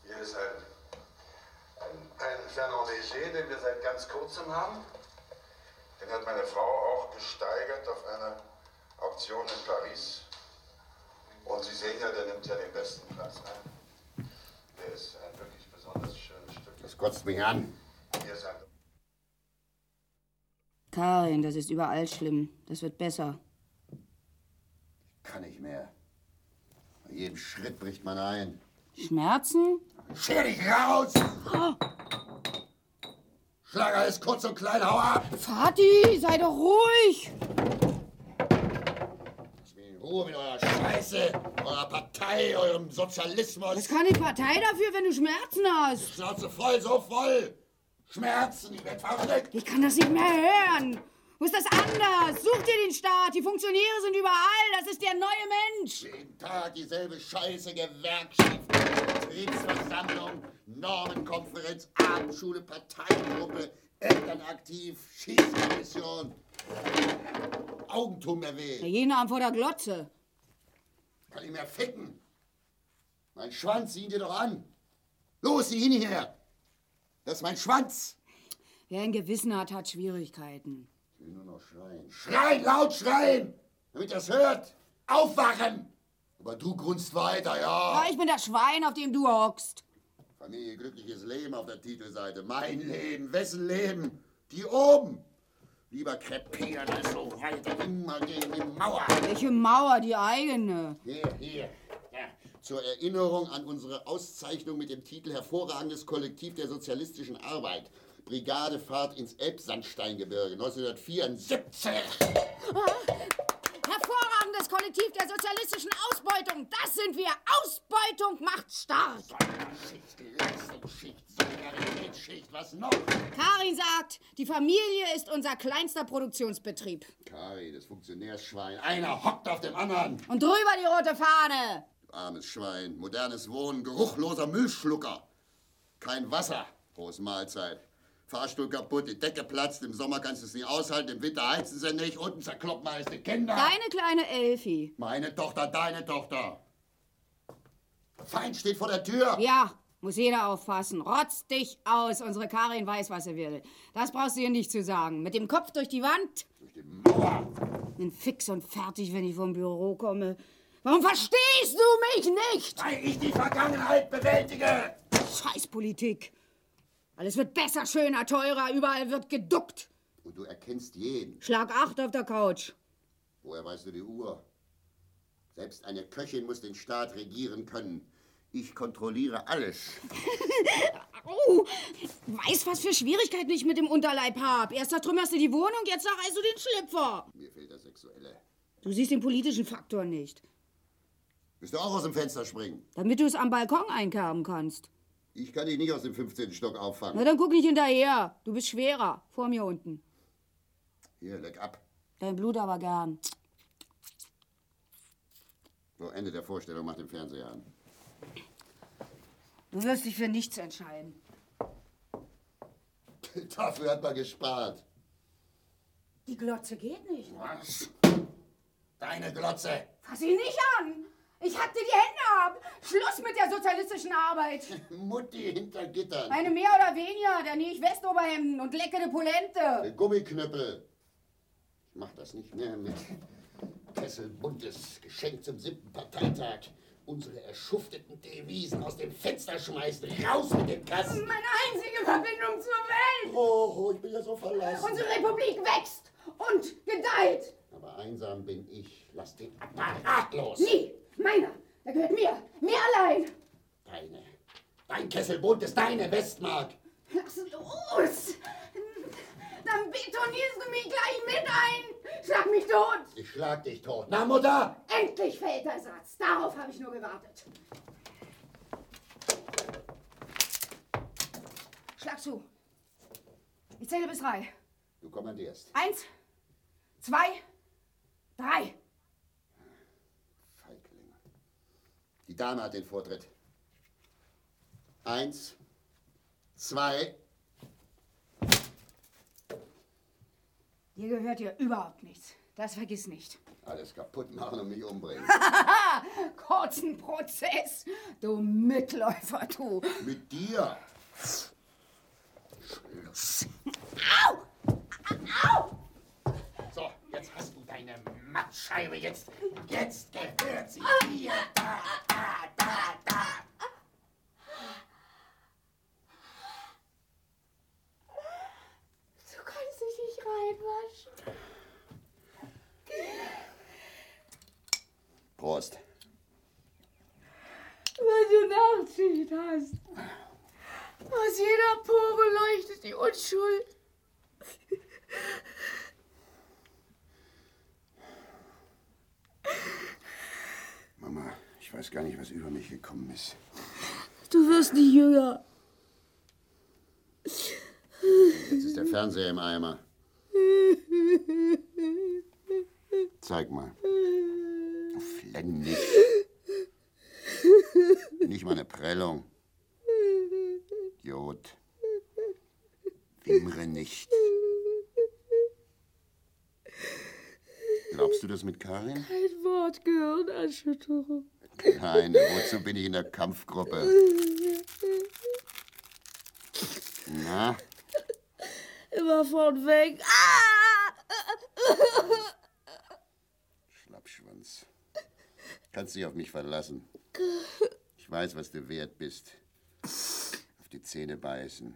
[SPEAKER 4] Hier ist ein, ein, ein Fernand Léger, den wir seit ganz kurzem haben. Den hat meine Frau auch gesteigert auf einer Auktion in Paris. Und Sie sehen ja, der nimmt ja den besten Platz ein. Der ist ein wirklich besonders schönes Stück.
[SPEAKER 2] Das kotzt mich an.
[SPEAKER 4] Hier ist ein
[SPEAKER 1] Karin, das ist überall schlimm. Das wird besser.
[SPEAKER 2] Kann ich mehr. Bei jedem Schritt bricht man ein.
[SPEAKER 1] Schmerzen?
[SPEAKER 2] Scher dich raus! Schlager ist kurz und klein, hau ab!
[SPEAKER 1] Vati, sei doch ruhig.
[SPEAKER 2] Lasst mich in Ruhe mit eurer Scheiße, eurer Partei, eurem
[SPEAKER 1] Was
[SPEAKER 2] Sozialismus.
[SPEAKER 1] kann die Partei dafür, wenn du Schmerzen hast?
[SPEAKER 2] Schnauze voll, so voll! Schmerzen, ich werd verrückt!
[SPEAKER 1] Ich kann das nicht mehr hören. Wo ist das anders? Such dir den Staat. Die Funktionäre sind überall. Das ist der neue Mensch.
[SPEAKER 2] Jeden Tag dieselbe Scheiße, Gewerkschaften, Betriebsversammlung, Normenkonferenz, Abendschule, Parteigruppe, Elternaktiv, Schießkommission, Augentum erwähnt.
[SPEAKER 1] Jeden Abend vor der Glotze.
[SPEAKER 2] Kann ich mehr ficken. Mein Schwanz, sieh ihn dir doch an. Los, sieh ihn hierher. Das ist mein Schwanz.
[SPEAKER 1] Wer ein Gewissen hat, hat Schwierigkeiten.
[SPEAKER 2] Ich will nur noch schreien. Schreien, laut schreien, damit das hört. Aufwachen. Aber du grunzt weiter, ja.
[SPEAKER 1] Ah, ich bin das Schwein, auf dem du hockst.
[SPEAKER 2] Familie, glückliches Leben auf der Titelseite. Mein Leben, wessen Leben? Die oben. Lieber krepieren als so weiter immer gegen die Mauer.
[SPEAKER 1] Welche Mauer, die eigene.
[SPEAKER 2] Hier, hier. Ja. Zur Erinnerung an unsere Auszeichnung mit dem Titel Hervorragendes Kollektiv der sozialistischen Arbeit. Brigadefahrt ins Elbsandsteingebirge 1974.
[SPEAKER 1] Hervorragendes Kollektiv der sozialistischen Ausbeutung. Das sind wir. Ausbeutung macht stark.
[SPEAKER 2] Schicht, Leistungsschicht, Solidaritätsschicht, was noch?
[SPEAKER 1] Karin sagt, die Familie ist unser kleinster Produktionsbetrieb.
[SPEAKER 2] Kari, das Funktionärsschwein. Einer hockt auf dem anderen.
[SPEAKER 1] Und drüber die rote Fahne.
[SPEAKER 2] Du armes Schwein, modernes Wohnen, geruchloser Müllschlucker. Kein Wasser, große Mahlzeit. Fahrstuhl kaputt, die Decke platzt, im Sommer kannst du es nicht aushalten, im Winter heizen sie nicht, unten zerkloppen heißt die Kinder.
[SPEAKER 1] Deine kleine Elfi.
[SPEAKER 2] Meine Tochter, deine Tochter. Feind steht vor der Tür.
[SPEAKER 1] Ja, muss jeder aufpassen. Rotz dich aus. Unsere Karin weiß, was sie will. Das brauchst du ihr nicht zu sagen. Mit dem Kopf durch die Wand.
[SPEAKER 2] Durch die Mauer.
[SPEAKER 1] Bin fix und fertig, wenn ich vom Büro komme. Warum verstehst du mich nicht?
[SPEAKER 2] Weil ich die Vergangenheit bewältige.
[SPEAKER 1] Scheiß Politik. Alles wird besser, schöner, teurer. Überall wird geduckt.
[SPEAKER 2] Und du erkennst jeden.
[SPEAKER 1] Schlag acht auf der Couch.
[SPEAKER 2] Woher weißt du die Uhr? Selbst eine Köchin muss den Staat regieren können. Ich kontrolliere alles.
[SPEAKER 1] Au! Weiß, was für Schwierigkeiten ich mit dem Unterleib hab. Erst zertrümmerst du die Wohnung, jetzt zerreißt du den Schlüpfer.
[SPEAKER 2] Mir fehlt das Sexuelle.
[SPEAKER 1] Du siehst den politischen Faktor nicht.
[SPEAKER 2] Willst du auch aus dem Fenster springen?
[SPEAKER 1] Damit du es am Balkon einkerben kannst.
[SPEAKER 2] Ich kann dich nicht aus dem 15. Stock auffangen.
[SPEAKER 1] Na, dann guck nicht hinterher. Du bist schwerer. Vor mir unten.
[SPEAKER 2] Hier, leck ab.
[SPEAKER 1] Dein Blut aber gern.
[SPEAKER 2] So, Ende der Vorstellung, mach den Fernseher an.
[SPEAKER 1] Du wirst dich für nichts entscheiden.
[SPEAKER 2] Dafür hat man gespart.
[SPEAKER 1] Die Glotze geht nicht.
[SPEAKER 2] Was? Deine Glotze.
[SPEAKER 1] Fass ihn nicht an! Ich hack dir die Hände ab! Schluss mit der sozialistischen Arbeit!
[SPEAKER 2] Mutti hinter Gittern.
[SPEAKER 1] Eine mehr oder weniger, dann nähe ich Westoberhemden und leckere Polente.
[SPEAKER 2] Der Äh, Gummiknüppel. Ich mach das nicht mehr mit. Kessel buntes Geschenk zum siebten Parteitag. Unsere erschufteten Devisen aus dem Fenster schmeißen. Raus mit den Kassen.
[SPEAKER 1] Meine einzige Verbindung zur Welt!
[SPEAKER 2] Oh, oh, ich bin ja so verlassen.
[SPEAKER 1] Unsere Republik wächst und gedeiht!
[SPEAKER 2] Aber einsam bin ich. Lass den Apparat los.
[SPEAKER 1] Nie! Meiner! Der gehört mir! Mir allein!
[SPEAKER 2] Deine. Dein Kessel buntes, deine Westmark.
[SPEAKER 1] Lass los! Dann betonierst du mich gleich mit ein! Schlag mich tot!
[SPEAKER 2] Ich schlag dich tot. Na, Mutter!
[SPEAKER 1] Endlich fällt der Satz. Darauf habe ich nur gewartet. Schlag zu. Ich zähle bis drei.
[SPEAKER 2] Du kommandierst.
[SPEAKER 1] Eins, zwei, drei.
[SPEAKER 2] Feiglinge. Die Dame hat den Vortritt. Eins, zwei.
[SPEAKER 1] Dir gehört hier überhaupt nichts. Das vergiss nicht.
[SPEAKER 2] Alles kaputt machen und mich umbringen.
[SPEAKER 1] Kurzen Prozess, du Mitläufer, du.
[SPEAKER 2] Mit dir. Schluss. Au! Au! So, jetzt hast du deine Mattscheibe. Jetzt, jetzt gehört sie dir. Da, da, da, da.
[SPEAKER 8] Du kannst dich nicht reinwaschen.
[SPEAKER 2] Prost.
[SPEAKER 8] Wenn du Nachtschicht hast. Aus jeder Pore leuchtet die Unschuld.
[SPEAKER 2] Mama, ich weiß gar nicht, was über mich gekommen ist.
[SPEAKER 8] Du wirst nicht jünger.
[SPEAKER 2] Jetzt ist der Fernseher im Eimer. Zeig mal. Du Flenn nicht. Nicht mal eine Prellung. Idiot. Wimmere nicht. Glaubst du das mit Karin?
[SPEAKER 8] Ein Wort Gehirnerschütterung.
[SPEAKER 2] Nein, wozu bin ich in der Kampfgruppe? Na,
[SPEAKER 8] Immer von weg. Ah!
[SPEAKER 2] Schlappschwanz. Kannst dich auf mich verlassen. Ich weiß, was du wert bist. Auf die Zähne beißen.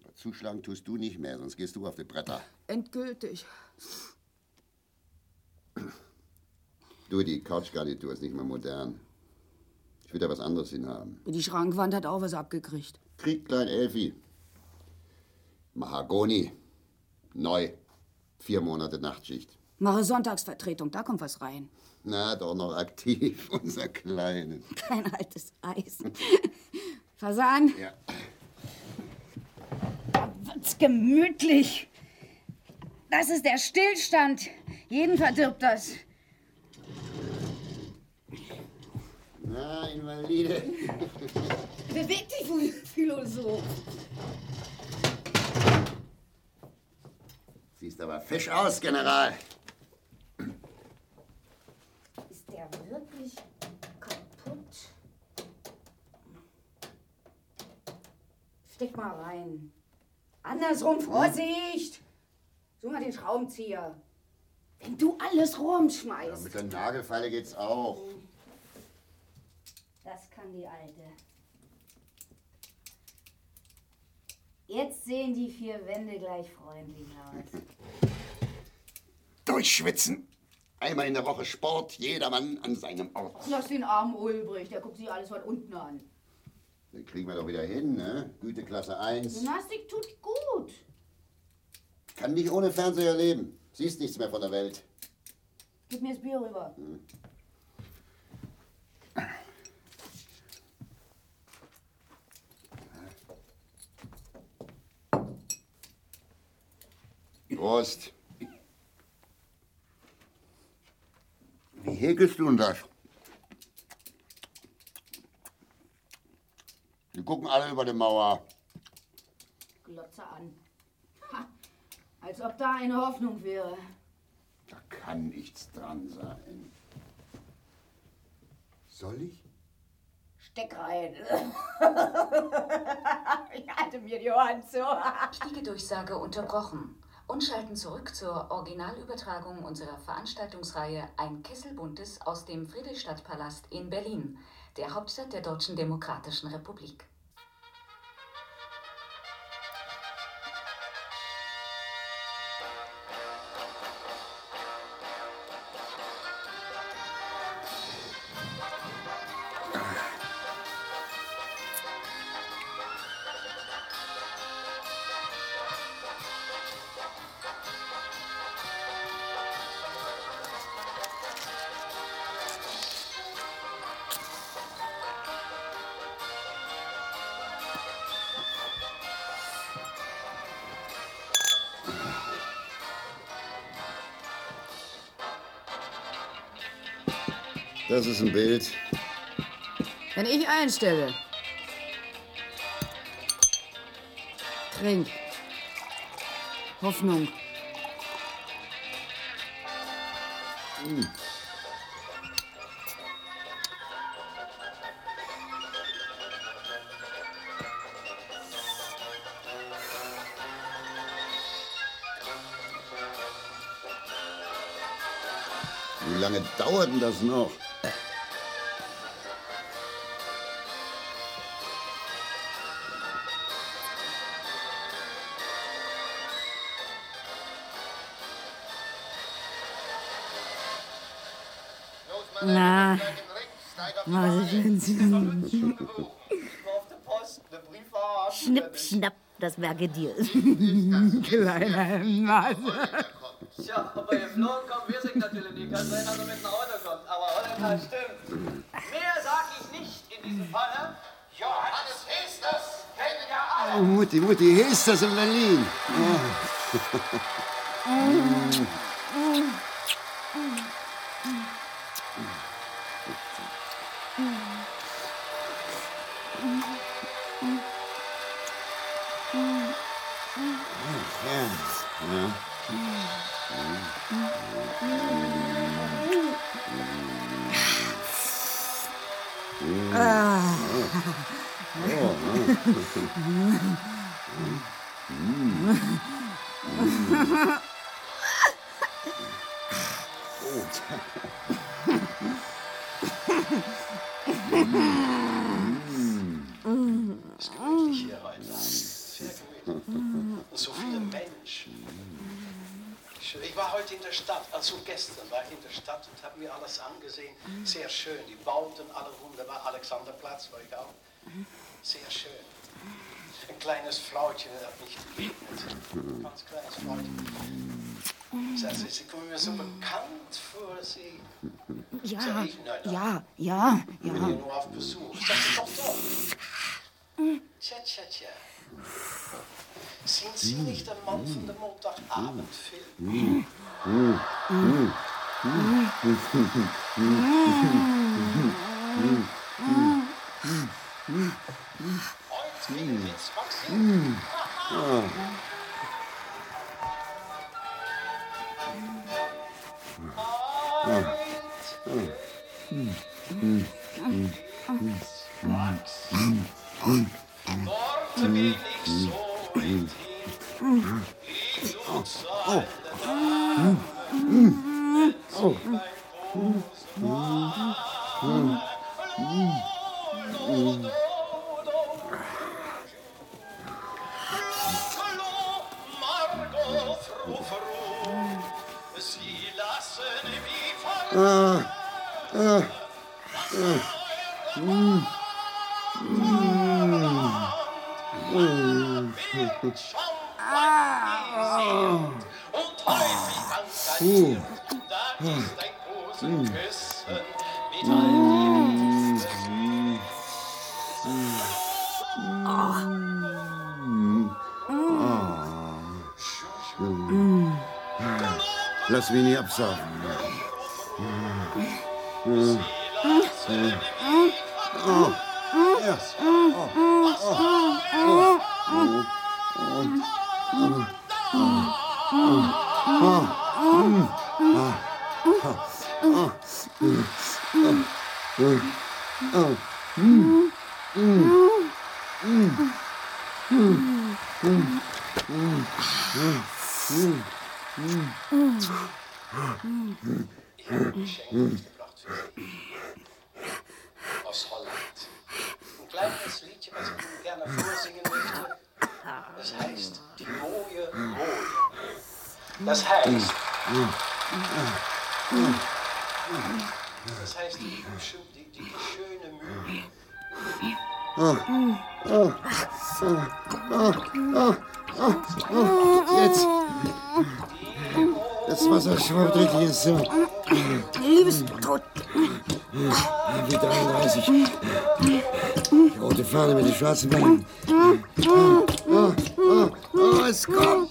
[SPEAKER 2] Aber zuschlagen tust du nicht mehr, sonst gehst du auf die Bretter.
[SPEAKER 8] Endgültig.
[SPEAKER 2] Du, die Couchgarnitur ist nicht mehr modern. Ich will da was anderes hinhaben.
[SPEAKER 1] Die Schrankwand hat auch was abgekriegt.
[SPEAKER 2] Krieg klein Elfi. Mahagoni. Neu. Vier Monate Nachtschicht.
[SPEAKER 1] Mache Sonntagsvertretung, da kommt was rein.
[SPEAKER 2] Na, doch noch aktiv, unser Kleines.
[SPEAKER 1] Kein altes Eisen. Fasan,
[SPEAKER 2] Ja.
[SPEAKER 1] wird's gemütlich. Das ist der Stillstand. Jeden verdirbt das.
[SPEAKER 2] Na, Invalide.
[SPEAKER 1] Beweg dich, Ph- Philosoph.
[SPEAKER 2] Siehst aber fesch aus, General.
[SPEAKER 11] Ist der wirklich kaputt?
[SPEAKER 1] Steck mal rein. Andersrum, Vorsicht! Such mal den Schraubenzieher. Wenn du alles
[SPEAKER 2] Ja,
[SPEAKER 1] rumschmeißt.
[SPEAKER 2] mit der Nagelfalle geht's auch.
[SPEAKER 11] Das kann die alte. Jetzt sehen die vier Wände gleich freundlich aus.
[SPEAKER 2] Durchschwitzen. Einmal in der Woche Sport, jedermann an seinem Ort.
[SPEAKER 1] Lass den armen Ulbrich, der guckt sich alles von unten an.
[SPEAKER 2] Den kriegen wir doch wieder hin, ne? Güteklasse 1.
[SPEAKER 1] Gymnastik tut gut.
[SPEAKER 2] Kann nicht ohne Fernseher leben. Siehst nichts mehr von der Welt.
[SPEAKER 1] Gib mir das Bier rüber.
[SPEAKER 2] Prost. Wie häkelst du denn das? Die gucken alle über die Mauer.
[SPEAKER 1] Glotze an. Ha, als ob da eine Hoffnung wäre.
[SPEAKER 2] Kann nichts dran sein. Soll ich?
[SPEAKER 1] Steck rein.
[SPEAKER 6] Ich halte mir die Ohren zu. Wichtige Durchsage unterbrochen. Und schalten zurück zur Originalübertragung unserer Veranstaltungsreihe Ein Kessel Buntes aus dem Friedrichstadtpalast in Berlin, der Hauptstadt der Deutschen Demokratischen Republik.
[SPEAKER 2] Das ist ein Bild.
[SPEAKER 1] Wenn ich einstelle. Trink. Hoffnung.
[SPEAKER 2] Hm. Wie lange dauert denn das noch?
[SPEAKER 1] Na, was ist denn
[SPEAKER 11] Schnipp, schnapp, das merke dir.
[SPEAKER 1] Kleiner Nase.
[SPEAKER 12] Tja, aber geflogen kommt, wir sind natürlich nicht. Kann sein, dass er mit einem Auto kommt. Aber Holländer stimmt. Mehr sag ich nicht in diesem Falle. Johannes Hesters kennen ja alle.
[SPEAKER 2] Oh, Mutti, Mutti, hier ist das in Berlin. Oh. Ja.
[SPEAKER 1] Ah.
[SPEAKER 13] Hm.
[SPEAKER 12] So viele Menschen. Ich ich war heute in der Stadt, also gestern war ich in der Stadt und habe mir alles angesehen.
[SPEAKER 13] Hm.
[SPEAKER 12] Sehr schön, die Bauten alle wunderbar. Alexanderplatz war ich auch.
[SPEAKER 13] Hm.
[SPEAKER 12] Sehr schön.
[SPEAKER 13] Hm.
[SPEAKER 12] Ein kleines Frautchen das hat mich gebeten. Ganz kleines Frautchen. Sätze. Sie kommen mir so bekannt vor, Sie.
[SPEAKER 13] Ja,
[SPEAKER 12] Sag ich, nein, nein.
[SPEAKER 13] ja, Ah, ja,
[SPEAKER 12] Ich bin hier
[SPEAKER 13] ja.
[SPEAKER 12] nur auf Besuch. Sag sie doch doch. Tja, tja, tja. Sind Sie nicht der Mann von dem Montagabendfilm? Heute gehen wir ins Maxim. Worte will ich so enthielen. Ich und seine Dame. Margot, froh, froh. Sie lassen mich fahren.
[SPEAKER 2] Lass mich nicht absaufen. Oh. Ja.
[SPEAKER 12] Aus Holland. Ein kleines Liedchen, was ich Ihnen gerne vorsingen möchte. Das heißt Die neue Rohe. Das heißt. Das heißt die, schö- die, die, die schöne Mühle.
[SPEAKER 2] Jetzt. Das Wasser schwimmt durch hier so.
[SPEAKER 13] Liebes Tod.
[SPEAKER 2] Die 33. Die rote Fahne mit den schwarzen Beinen. Ah, Oh, oh, oh, es kommt.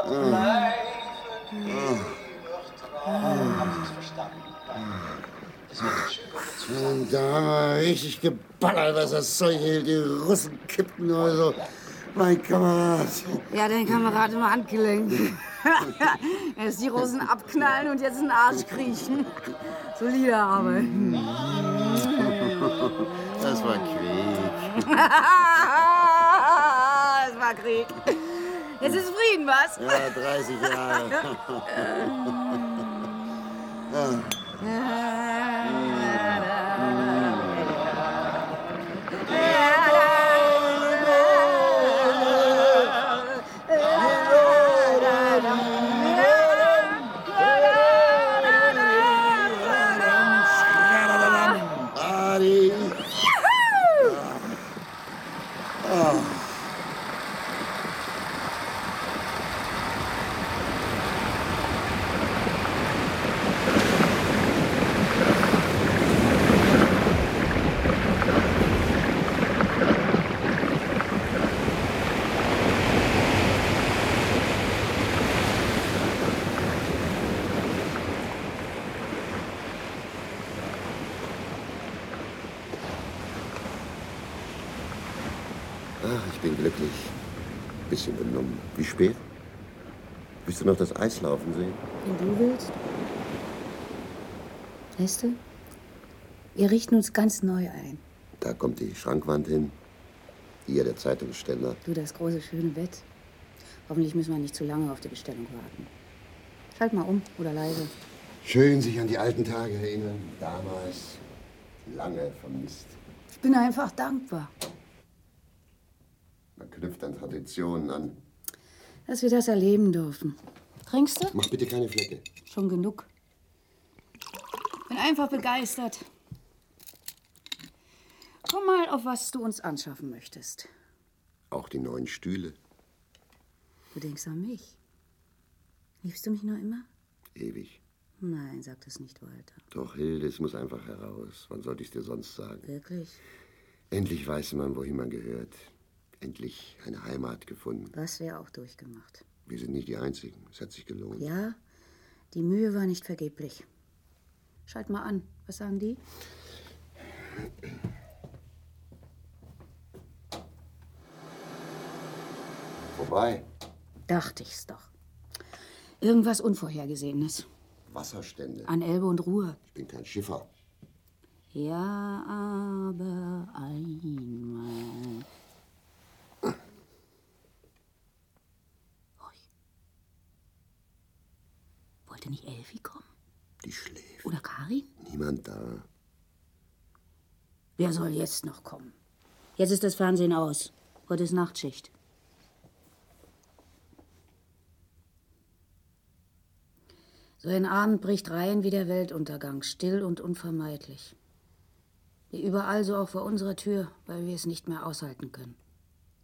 [SPEAKER 12] Das bleiben die
[SPEAKER 2] Oh.
[SPEAKER 12] Wörter. Haben Sie es verstanden? Nein. Es wird schön.
[SPEAKER 2] Und da haben wir richtig geballert, was das Zeug hielt. Die Russen kippten oder so. Mein Kamerad.
[SPEAKER 1] Ja, dein Kamerad im Handgelenk. Erst die Rosen abknallen und jetzt in den Arsch kriechen. Solide Arbeit.
[SPEAKER 2] Das war Krieg.
[SPEAKER 1] es war Krieg. Jetzt ist Frieden, was?
[SPEAKER 2] Ja, 30 Jahre. Ja. Adi. Ah.
[SPEAKER 14] Ach, Ah, ich bin glücklich. Bisschen benommen. Wie spät? Willst du noch das Eis laufen sehen?
[SPEAKER 15] Wenn du willst. Weißt du, wir richten uns ganz neu ein.
[SPEAKER 14] Da kommt die Schrankwand hin. Hier der Zeitungsständer.
[SPEAKER 15] Du, das große, schöne Bett. Hoffentlich müssen wir nicht zu lange auf die Bestellung warten. Schalt mal um oder leise.
[SPEAKER 2] Schön sich an die alten Tage erinnern. Damals lange vermisst.
[SPEAKER 15] Ich bin einfach dankbar.
[SPEAKER 2] Man knüpft an Traditionen an.
[SPEAKER 1] Dass wir das erleben durften. Trinkst du?
[SPEAKER 2] Mach bitte keine Flecke.
[SPEAKER 1] Schon genug.
[SPEAKER 16] Bin einfach begeistert.
[SPEAKER 1] Komm mal, auf was du uns anschaffen möchtest.
[SPEAKER 2] Auch die neuen Stühle.
[SPEAKER 1] Du denkst an mich. Liebst du mich noch immer?
[SPEAKER 2] Ewig.
[SPEAKER 1] Nein, sag das nicht weiter.
[SPEAKER 2] Doch, Hilde, es muss einfach heraus. Wann sollte ich es dir sonst sagen?
[SPEAKER 1] Wirklich?
[SPEAKER 2] Endlich weiß man, wohin man gehört. Endlich eine Heimat gefunden.
[SPEAKER 1] Was wir auch durchgemacht.
[SPEAKER 2] Wir sind nicht die Einzigen. Es hat sich gelohnt.
[SPEAKER 1] Ja, die Mühe war nicht vergeblich. Schalt mal an. Was sagen die?
[SPEAKER 2] Vorbei.
[SPEAKER 1] Dachte ich's doch. Irgendwas Unvorhergesehenes.
[SPEAKER 2] Wasserstände.
[SPEAKER 1] An Elbe und Ruhr.
[SPEAKER 2] Ich bin kein Schiffer.
[SPEAKER 1] Ja, aber einmal. Wollte nicht Elfi kommen?
[SPEAKER 2] Die schläft.
[SPEAKER 1] Oder Karin?
[SPEAKER 2] Niemand da.
[SPEAKER 1] Wer soll jetzt noch kommen? Jetzt ist das Fernsehen aus. Heute ist Nachtschicht. So ein Abend bricht rein wie der Weltuntergang, still und unvermeidlich. Wie überall so auch vor unserer Tür, weil wir es nicht mehr aushalten können.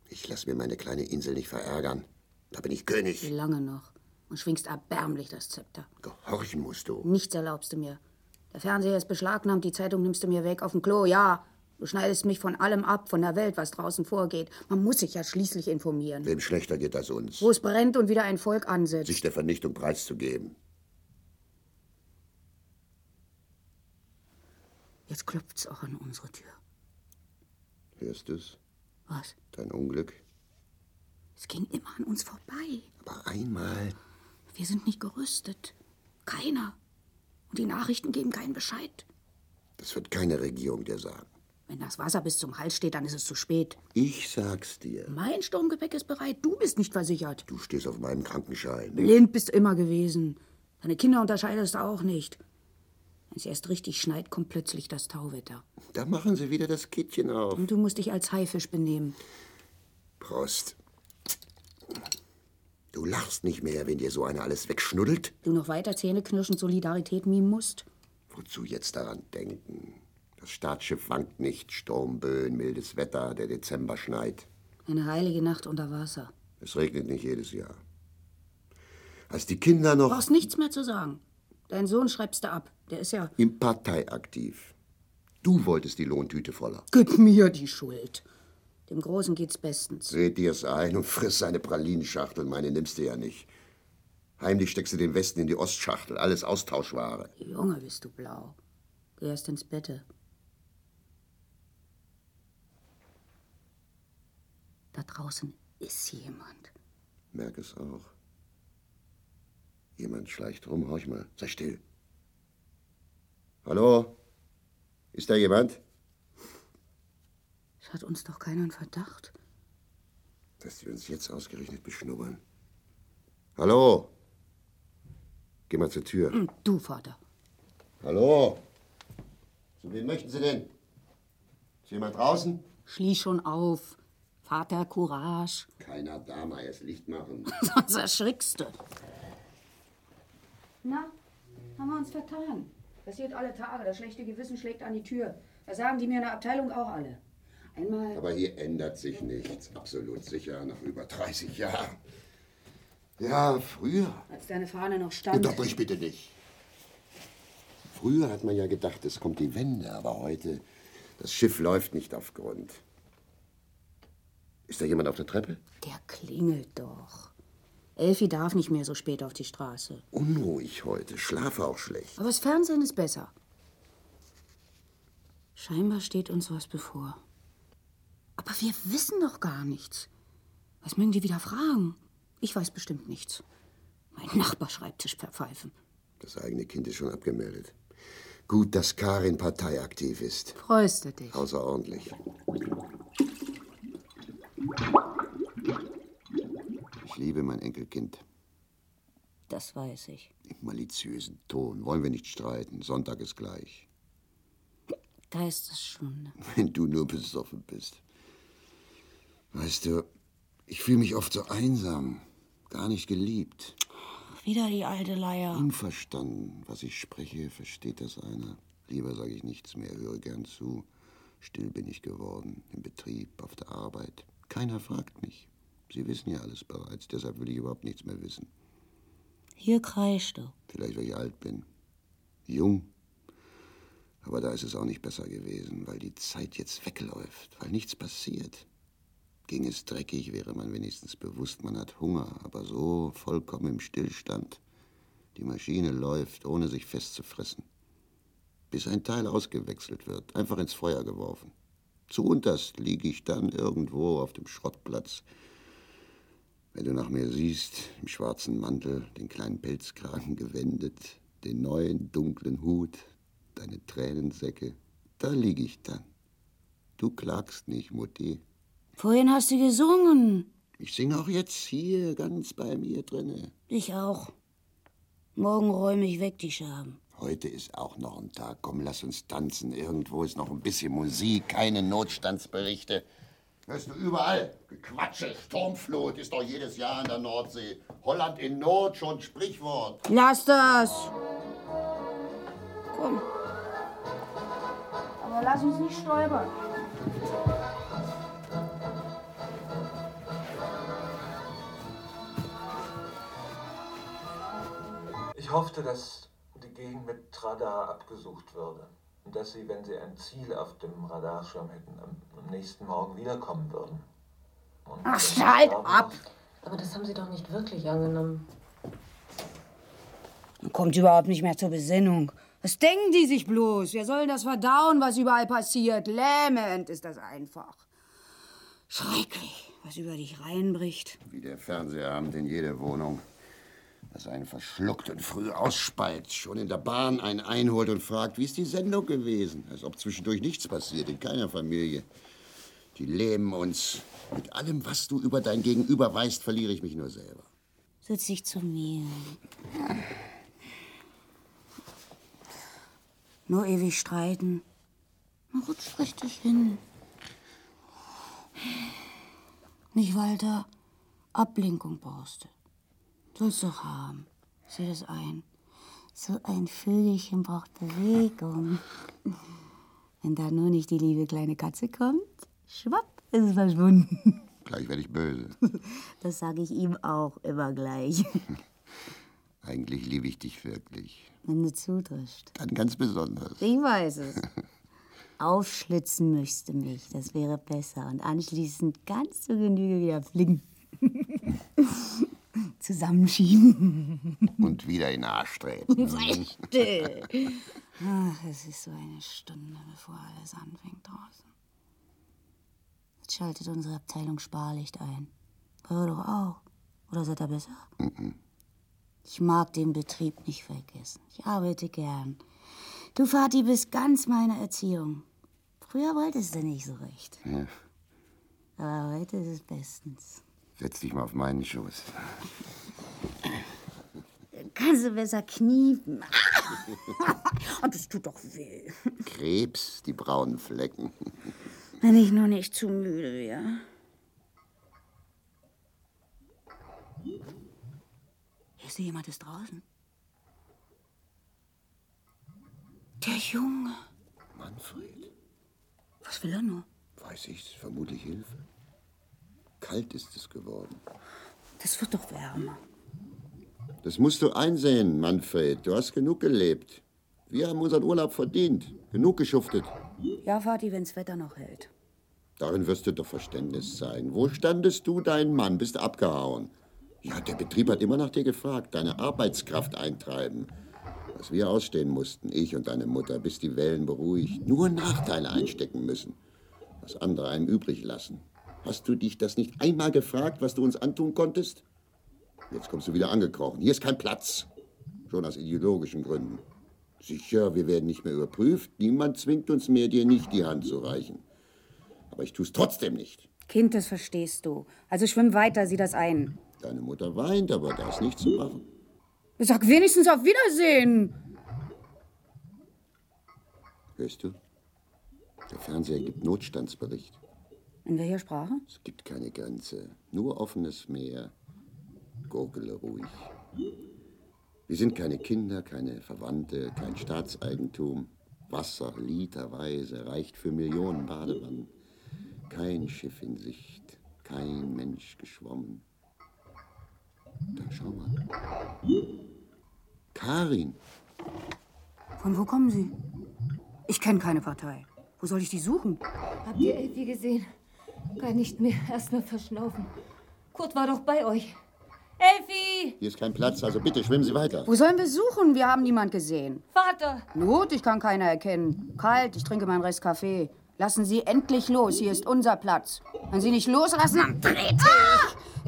[SPEAKER 2] Ich lass mir meine kleine Insel nicht verärgern. Da bin ich König.
[SPEAKER 1] Wie lange noch? Und schwingst erbärmlich das Zepter.
[SPEAKER 2] Horchen musst du.
[SPEAKER 1] Nichts erlaubst du mir. Der Fernseher ist beschlagnahmt, die Zeitung nimmst du mir weg auf dem Klo, ja. Du schneidest mich von allem ab, von der Welt, was draußen vorgeht. Man muss sich ja schließlich informieren.
[SPEAKER 2] Wem schlechter geht das uns?
[SPEAKER 1] Wo es brennt und wieder ein Volk ansetzt.
[SPEAKER 2] Sich der Vernichtung preiszugeben.
[SPEAKER 1] Jetzt klopft's auch an unsere Tür.
[SPEAKER 2] Hörst du's?
[SPEAKER 1] Was?
[SPEAKER 2] Dein Unglück?
[SPEAKER 1] Es ging immer an uns vorbei.
[SPEAKER 2] Aber einmal.
[SPEAKER 1] Wir sind nicht gerüstet. Keiner. Und die Nachrichten geben keinen Bescheid.
[SPEAKER 2] Das wird keine Regierung dir sagen.
[SPEAKER 1] Wenn das Wasser bis zum Hals steht, dann ist es zu spät.
[SPEAKER 2] Ich sag's dir.
[SPEAKER 1] Mein Sturmgepäck ist bereit. Du bist nicht versichert.
[SPEAKER 2] Du stehst auf meinem Krankenschein.
[SPEAKER 1] Blind bist du immer gewesen. Deine Kinder unterscheidest du auch nicht. Wenn es erst richtig schneit, kommt plötzlich das Tauwetter.
[SPEAKER 2] Da machen sie wieder das Kittchen auf.
[SPEAKER 1] Und du musst dich als Haifisch benehmen.
[SPEAKER 2] Prost. Du lachst nicht mehr, wenn dir so einer alles wegschnuddelt.
[SPEAKER 1] Du noch weiter zähneknirschend Solidarität mimen musst.
[SPEAKER 2] Wozu jetzt daran denken? Das Staatsschiff wankt nicht. Sturmböen, mildes Wetter, der Dezember schneit.
[SPEAKER 1] Eine heilige Nacht unter Wasser.
[SPEAKER 2] Es regnet nicht jedes Jahr. Als die Kinder
[SPEAKER 1] Du
[SPEAKER 2] noch
[SPEAKER 1] brauchst nichts mehr zu sagen. Dein Sohn schreibst du ab. Der ist ja.
[SPEAKER 2] im Partei aktiv. Du wolltest die Lohntüte voller.
[SPEAKER 1] Gib mir die Schuld. Dem Großen geht's bestens.
[SPEAKER 2] Dreh dir's ein und friss seine Pralinenschachtel. Meine nimmst du ja nicht. Heimlich steckst du den Westen in die Ostschachtel. Alles Austauschware.
[SPEAKER 1] Junge, bist du blau. Geh erst ins Bette. Da draußen ist jemand.
[SPEAKER 2] Merk es auch. Jemand schleicht rum. Horch mal. Sei still. Hallo? Ist da jemand?
[SPEAKER 1] Es hat uns doch keiner in Verdacht.
[SPEAKER 2] Dass die uns jetzt ausgerechnet beschnuppern. Hallo? Geh mal zur Tür.
[SPEAKER 1] Und du, Vater.
[SPEAKER 2] Hallo? Zu wem möchten Sie denn? Ist jemand draußen?
[SPEAKER 1] Schließ schon auf. Vater, Courage.
[SPEAKER 2] Keiner da, mal erst Licht machen.
[SPEAKER 1] Sonst erschrickst du.
[SPEAKER 16] Na, haben wir uns vertan. Passiert alle Tage. Das schlechte Gewissen schlägt an die Tür. Das sagen die mir in der Abteilung auch alle. Einmal.
[SPEAKER 2] Aber hier ändert sich nichts. Absolut sicher, nach über 30 Jahren. Ja, früher.
[SPEAKER 1] Als deine Fahne noch stand.
[SPEAKER 2] Unterbrich bitte nicht. Früher hat man ja gedacht, es kommt die Wende, aber heute, das Schiff läuft nicht auf Grund. Ist da jemand auf der Treppe?
[SPEAKER 1] Der klingelt doch. Elfi darf nicht mehr so spät auf die Straße.
[SPEAKER 2] Unruhig heute, schlafe auch schlecht.
[SPEAKER 1] Aber das Fernsehen ist besser. Scheinbar steht uns was bevor. Aber wir wissen doch gar nichts. Was mögen die wieder fragen? Ich weiß bestimmt nichts. Mein Nachbarschreibtisch verpfeifen.
[SPEAKER 2] Das eigene Kind ist schon abgemeldet. Gut, dass Karin parteiaktiv ist.
[SPEAKER 1] Freust du dich?
[SPEAKER 2] Außerordentlich. Ich liebe mein Enkelkind.
[SPEAKER 1] Das weiß ich.
[SPEAKER 2] Im maliziösen Ton. Wollen wir nicht streiten. Sonntag ist gleich.
[SPEAKER 1] Da ist es schon.
[SPEAKER 2] Wenn du nur besoffen bist. Weißt du, Ich fühle mich oft so einsam, gar nicht geliebt.
[SPEAKER 1] Wieder die alte Leier.
[SPEAKER 2] Unverstanden, was ich spreche, versteht das einer. Lieber sage ich nichts mehr, höre gern zu. Still bin ich geworden, im Betrieb, auf der Arbeit. Keiner fragt mich. Sie wissen ja alles bereits, deshalb will ich überhaupt nichts mehr wissen.
[SPEAKER 1] Hier kreischt du.
[SPEAKER 2] Vielleicht, weil ich alt bin. Jung. Aber da ist es auch nicht besser gewesen, weil die Zeit jetzt wegläuft, weil nichts passiert. Ging es dreckig, wäre man wenigstens bewusst, man hat Hunger, aber so vollkommen im Stillstand. Die Maschine läuft, ohne sich festzufressen. Bis ein Teil ausgewechselt wird, einfach ins Feuer geworfen. Zu unterst liege ich dann irgendwo auf dem Schrottplatz. Wenn du nach mir siehst, im schwarzen Mantel, den kleinen Pelzkragen gewendet, den neuen dunklen Hut, deine Tränensäcke, da liege ich dann. Du klagst nicht, Mutti.
[SPEAKER 1] Vorhin hast du gesungen.
[SPEAKER 2] Ich singe auch jetzt hier ganz bei mir drinne.
[SPEAKER 1] Ich auch. Morgen räume ich weg die Scherben.
[SPEAKER 2] Heute ist auch noch ein Tag. Komm, lass uns tanzen. Irgendwo ist noch ein bisschen Musik, keine Notstandsberichte.
[SPEAKER 17] Hörst du überall? Gequatsche, Sturmflut ist doch jedes Jahr an der Nordsee. Holland in Not, schon Sprichwort.
[SPEAKER 1] Lass das. Komm.
[SPEAKER 18] Aber lass uns nicht stolpern.
[SPEAKER 4] Ich hoffte, dass die Gegend mit Radar abgesucht würde und dass sie, wenn sie ein Ziel auf dem Radarschirm hätten, am, am nächsten Morgen wiederkommen würden. Und wenn sie starben,
[SPEAKER 6] Aber das haben Sie doch nicht wirklich angenommen.
[SPEAKER 1] Man kommt überhaupt nicht mehr zur Besinnung. Was denken die sich bloß? Wir sollen das verdauen, was überall passiert. Lähmend ist das einfach. Schrecklich, was über dich reinbricht.
[SPEAKER 2] Wie der Fernsehabend in jede Wohnung. Das einen verschluckt und früh ausspeit, schon in der Bahn einen einholt und fragt, wie ist die Sendung gewesen? Als ob zwischendurch nichts passiert, in keiner Familie. Die lähmen uns. Mit allem, was du über dein Gegenüber weißt, verliere ich mich nur selber.
[SPEAKER 1] Setz dich zu mir. Nur ewig streiten. Man rutscht richtig hin. Nicht, Walter. Ablenkung brauchst du. Sollst doch haben. Seh das ein.
[SPEAKER 18] So ein Vögelchen braucht Bewegung.
[SPEAKER 19] Wenn da nur nicht die liebe kleine Katze kommt, schwapp, ist es verschwunden.
[SPEAKER 2] Gleich werde ich böse.
[SPEAKER 19] Das sage ich ihm auch immer gleich.
[SPEAKER 2] Eigentlich liebe ich dich wirklich.
[SPEAKER 19] Wenn du zudrischst.
[SPEAKER 2] Dann ganz besonders.
[SPEAKER 19] Ich weiß es. Aufschlitzen müsste mich, das wäre besser. Und anschließend ganz zur Genüge wieder flicken. Zusammenschieben.
[SPEAKER 2] Und wieder in den Arsch treten.
[SPEAKER 19] Sei still. Ach, es ist so eine Stunde, bevor alles anfängt draußen. Jetzt schaltet unsere Abteilung Sparlicht ein. Eure doch auch. Oder seid ihr besser? Ich mag den Betrieb nicht vergessen. Ich arbeite gern. Du, Vati, bist ganz meine Erziehung. Früher wolltest du nicht so recht.
[SPEAKER 2] Ja,
[SPEAKER 19] Aber heute ist es bestens.
[SPEAKER 2] setz dich mal auf meinen Schoß.
[SPEAKER 19] Kannst du besser kniepen. Und das tut doch weh.
[SPEAKER 2] Krebs, die braunen Flecken.
[SPEAKER 1] Wenn ich nur nicht zu müde wäre.
[SPEAKER 19] Hörst du, jemand ist draußen? Der Junge.
[SPEAKER 2] Manfred?
[SPEAKER 19] Was will er nur?
[SPEAKER 2] Weiß ich's, vermutlich Hilfe. Kalt ist es geworden.
[SPEAKER 19] Das wird doch wärmer.
[SPEAKER 2] Das musst du einsehen, Manfred. Du hast genug gelebt. Wir haben unseren Urlaub verdient. Genug geschuftet.
[SPEAKER 19] Ja, Vati, wenn's Wetter noch hält.
[SPEAKER 2] Darin wirst du doch Verständnis zeigen. Wo standest du, dein Mann? Bist abgehauen. Ja, der Betrieb hat immer nach dir gefragt. Deine Arbeitskraft eintreiben. Was wir ausstehen mussten, ich und deine Mutter, bis die Wellen beruhigt. Nur Nachteile einstecken müssen. Was andere einem übrig lassen. Hast du dich das nicht einmal gefragt, was du uns antun konntest? Jetzt kommst du wieder angekrochen. Hier ist kein Platz. Schon aus ideologischen Gründen. Sicher, wir werden nicht mehr überprüft. Niemand zwingt uns mehr, dir nicht die Hand zu reichen. Aber ich tu's trotzdem nicht.
[SPEAKER 1] Kind, das verstehst du. Also schwimm weiter, sieh das ein.
[SPEAKER 2] Deine Mutter weint, aber da ist nichts zu machen.
[SPEAKER 1] Sag wenigstens auf Wiedersehen.
[SPEAKER 2] Hörst du? Der Fernseher gibt Notstandsbericht.
[SPEAKER 1] In welcher Sprache?
[SPEAKER 2] Es gibt keine Grenze, nur offenes Meer. Gurgle ruhig. Wir sind keine Kinder, keine Verwandte, kein Staatseigentum. Wasser literweise reicht für Millionen Badewannen. Kein Schiff in Sicht, kein Mensch geschwommen. Dann schau mal. Karin,
[SPEAKER 1] Von wo kommen Sie? Ich kenne keine Partei. Wo soll ich die suchen?
[SPEAKER 20] Habt ihr Elfie gesehen? Gar nicht mehr. Erstmal verschnaufen. Kurt war doch bei euch. Elfie!
[SPEAKER 2] hier ist kein Platz, also bitte schwimmen Sie weiter.
[SPEAKER 1] Wo sollen wir suchen? Wir haben niemand gesehen.
[SPEAKER 20] Vater!
[SPEAKER 1] Not, ich kann keiner erkennen. Kalt, ich trinke meinen Rest Kaffee. Lassen Sie endlich los, hier ist unser Platz. Wenn Sie nicht loslassen, dann trete ich.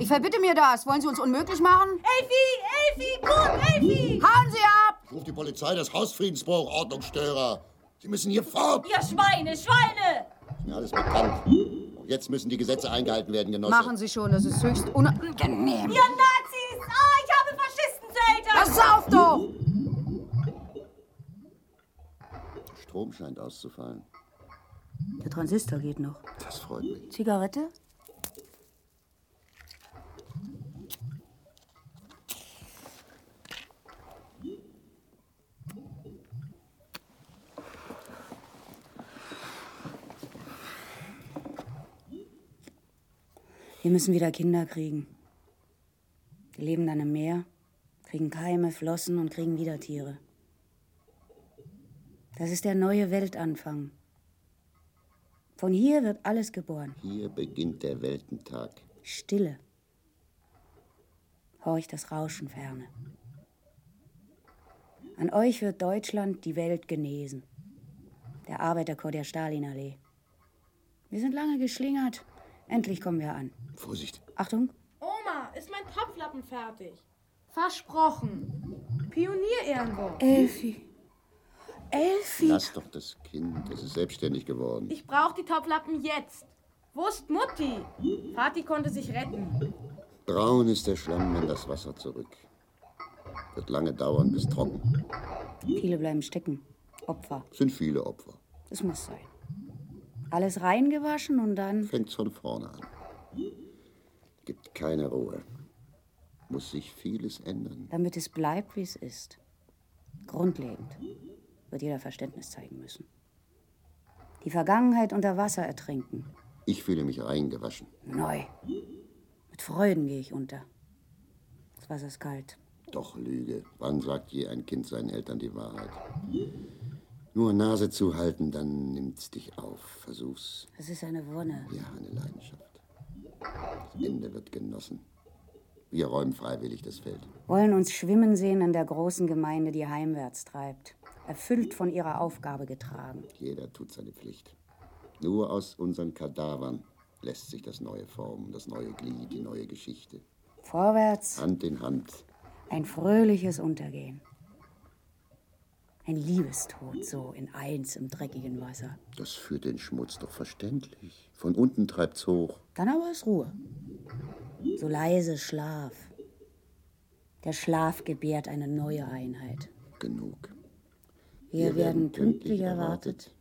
[SPEAKER 1] Ich verbitte mir das. Wollen Sie uns unmöglich machen? Elfie, Elfie, gut, Elfie! Hauen Sie ab!
[SPEAKER 2] Ich rufe die Polizei, das Hausfriedensbruch, Ordnungsstörer. Sie müssen hier fort.
[SPEAKER 20] Ihr Schweine, Schweine!
[SPEAKER 2] Ist mir alles bekannt. Auch Jetzt müssen die Gesetze eingehalten werden, Genosse.
[SPEAKER 1] Machen Sie schon, das ist höchst unangenehm.
[SPEAKER 20] Ihr Nazis! Ah, ich habe Faschisten zu Eltern!
[SPEAKER 1] Pass auf doch!
[SPEAKER 2] Strom scheint auszufallen.
[SPEAKER 1] Der Transistor geht noch.
[SPEAKER 2] Das freut mich.
[SPEAKER 1] Zigarette? Wir müssen wieder Kinder kriegen. Die leben dann im Meer, kriegen Keime, Flossen und kriegen wieder Tiere. Das ist der neue Weltanfang. Von hier wird alles geboren.
[SPEAKER 2] Hier beginnt der Weltentag.
[SPEAKER 1] Stille. Horch das Rauschen ferne. An euch wird Deutschland die Welt genesen. Der Arbeiterchor der Stalinallee. Wir sind lange geschlingert. Endlich kommen wir an.
[SPEAKER 2] Vorsicht.
[SPEAKER 1] Achtung.
[SPEAKER 10] Oma, ist mein Topflappen fertig? Versprochen. Pionier-Ehrenwort.
[SPEAKER 1] Elfi.
[SPEAKER 10] Elfi.
[SPEAKER 2] Lass doch das Kind, es ist selbstständig geworden.
[SPEAKER 10] Ich brauche die Topflappen jetzt. Wo ist Mutti? Vati konnte sich retten.
[SPEAKER 2] Braun ist der Schlamm, wenn das Wasser zurück. Wird lange dauern, bis trocken.
[SPEAKER 1] Viele bleiben stecken. Opfer.
[SPEAKER 2] Sind viele Opfer.
[SPEAKER 1] Es muss sein. Alles reingewaschen und dann.
[SPEAKER 2] Fängt von vorne an. Gibt keine Ruhe. Muss sich vieles ändern.
[SPEAKER 1] Damit es bleibt, wie es ist. Grundlegend wird jeder Verständnis zeigen müssen. Die Vergangenheit unter Wasser ertrinken.
[SPEAKER 2] Ich fühle mich reingewaschen.
[SPEAKER 1] Neu. Mit Freuden gehe ich unter. Das Wasser ist kalt.
[SPEAKER 2] Doch Lüge. Wann sagt je ein Kind seinen Eltern die Wahrheit? Nur Nase zuhalten, dann nimmt's dich auf. Versuch's.
[SPEAKER 1] Es ist eine Wonne.
[SPEAKER 2] Ja, eine Leidenschaft. Das Ende wird genossen. Wir räumen freiwillig das Feld.
[SPEAKER 1] Wollen uns schwimmen sehen in der großen Gemeinde, die heimwärts treibt. Erfüllt von ihrer Aufgabe getragen.
[SPEAKER 2] Jeder tut seine Pflicht. Nur aus unseren Kadavern lässt sich das Neue formen, das neue Glied, die neue Geschichte.
[SPEAKER 1] Vorwärts
[SPEAKER 2] Hand in Hand.
[SPEAKER 1] ein fröhliches Untergehen. Ein Liebestod so in eins im dreckigen Wasser.
[SPEAKER 2] Das führt den Schmutz doch verständlich. Von unten treibt's hoch.
[SPEAKER 1] Dann aber ist Ruhe. So leise Schlaf. Der Schlaf gebärt eine neue Einheit.
[SPEAKER 2] Genug.
[SPEAKER 1] Wir, werden pünktlich erwartet,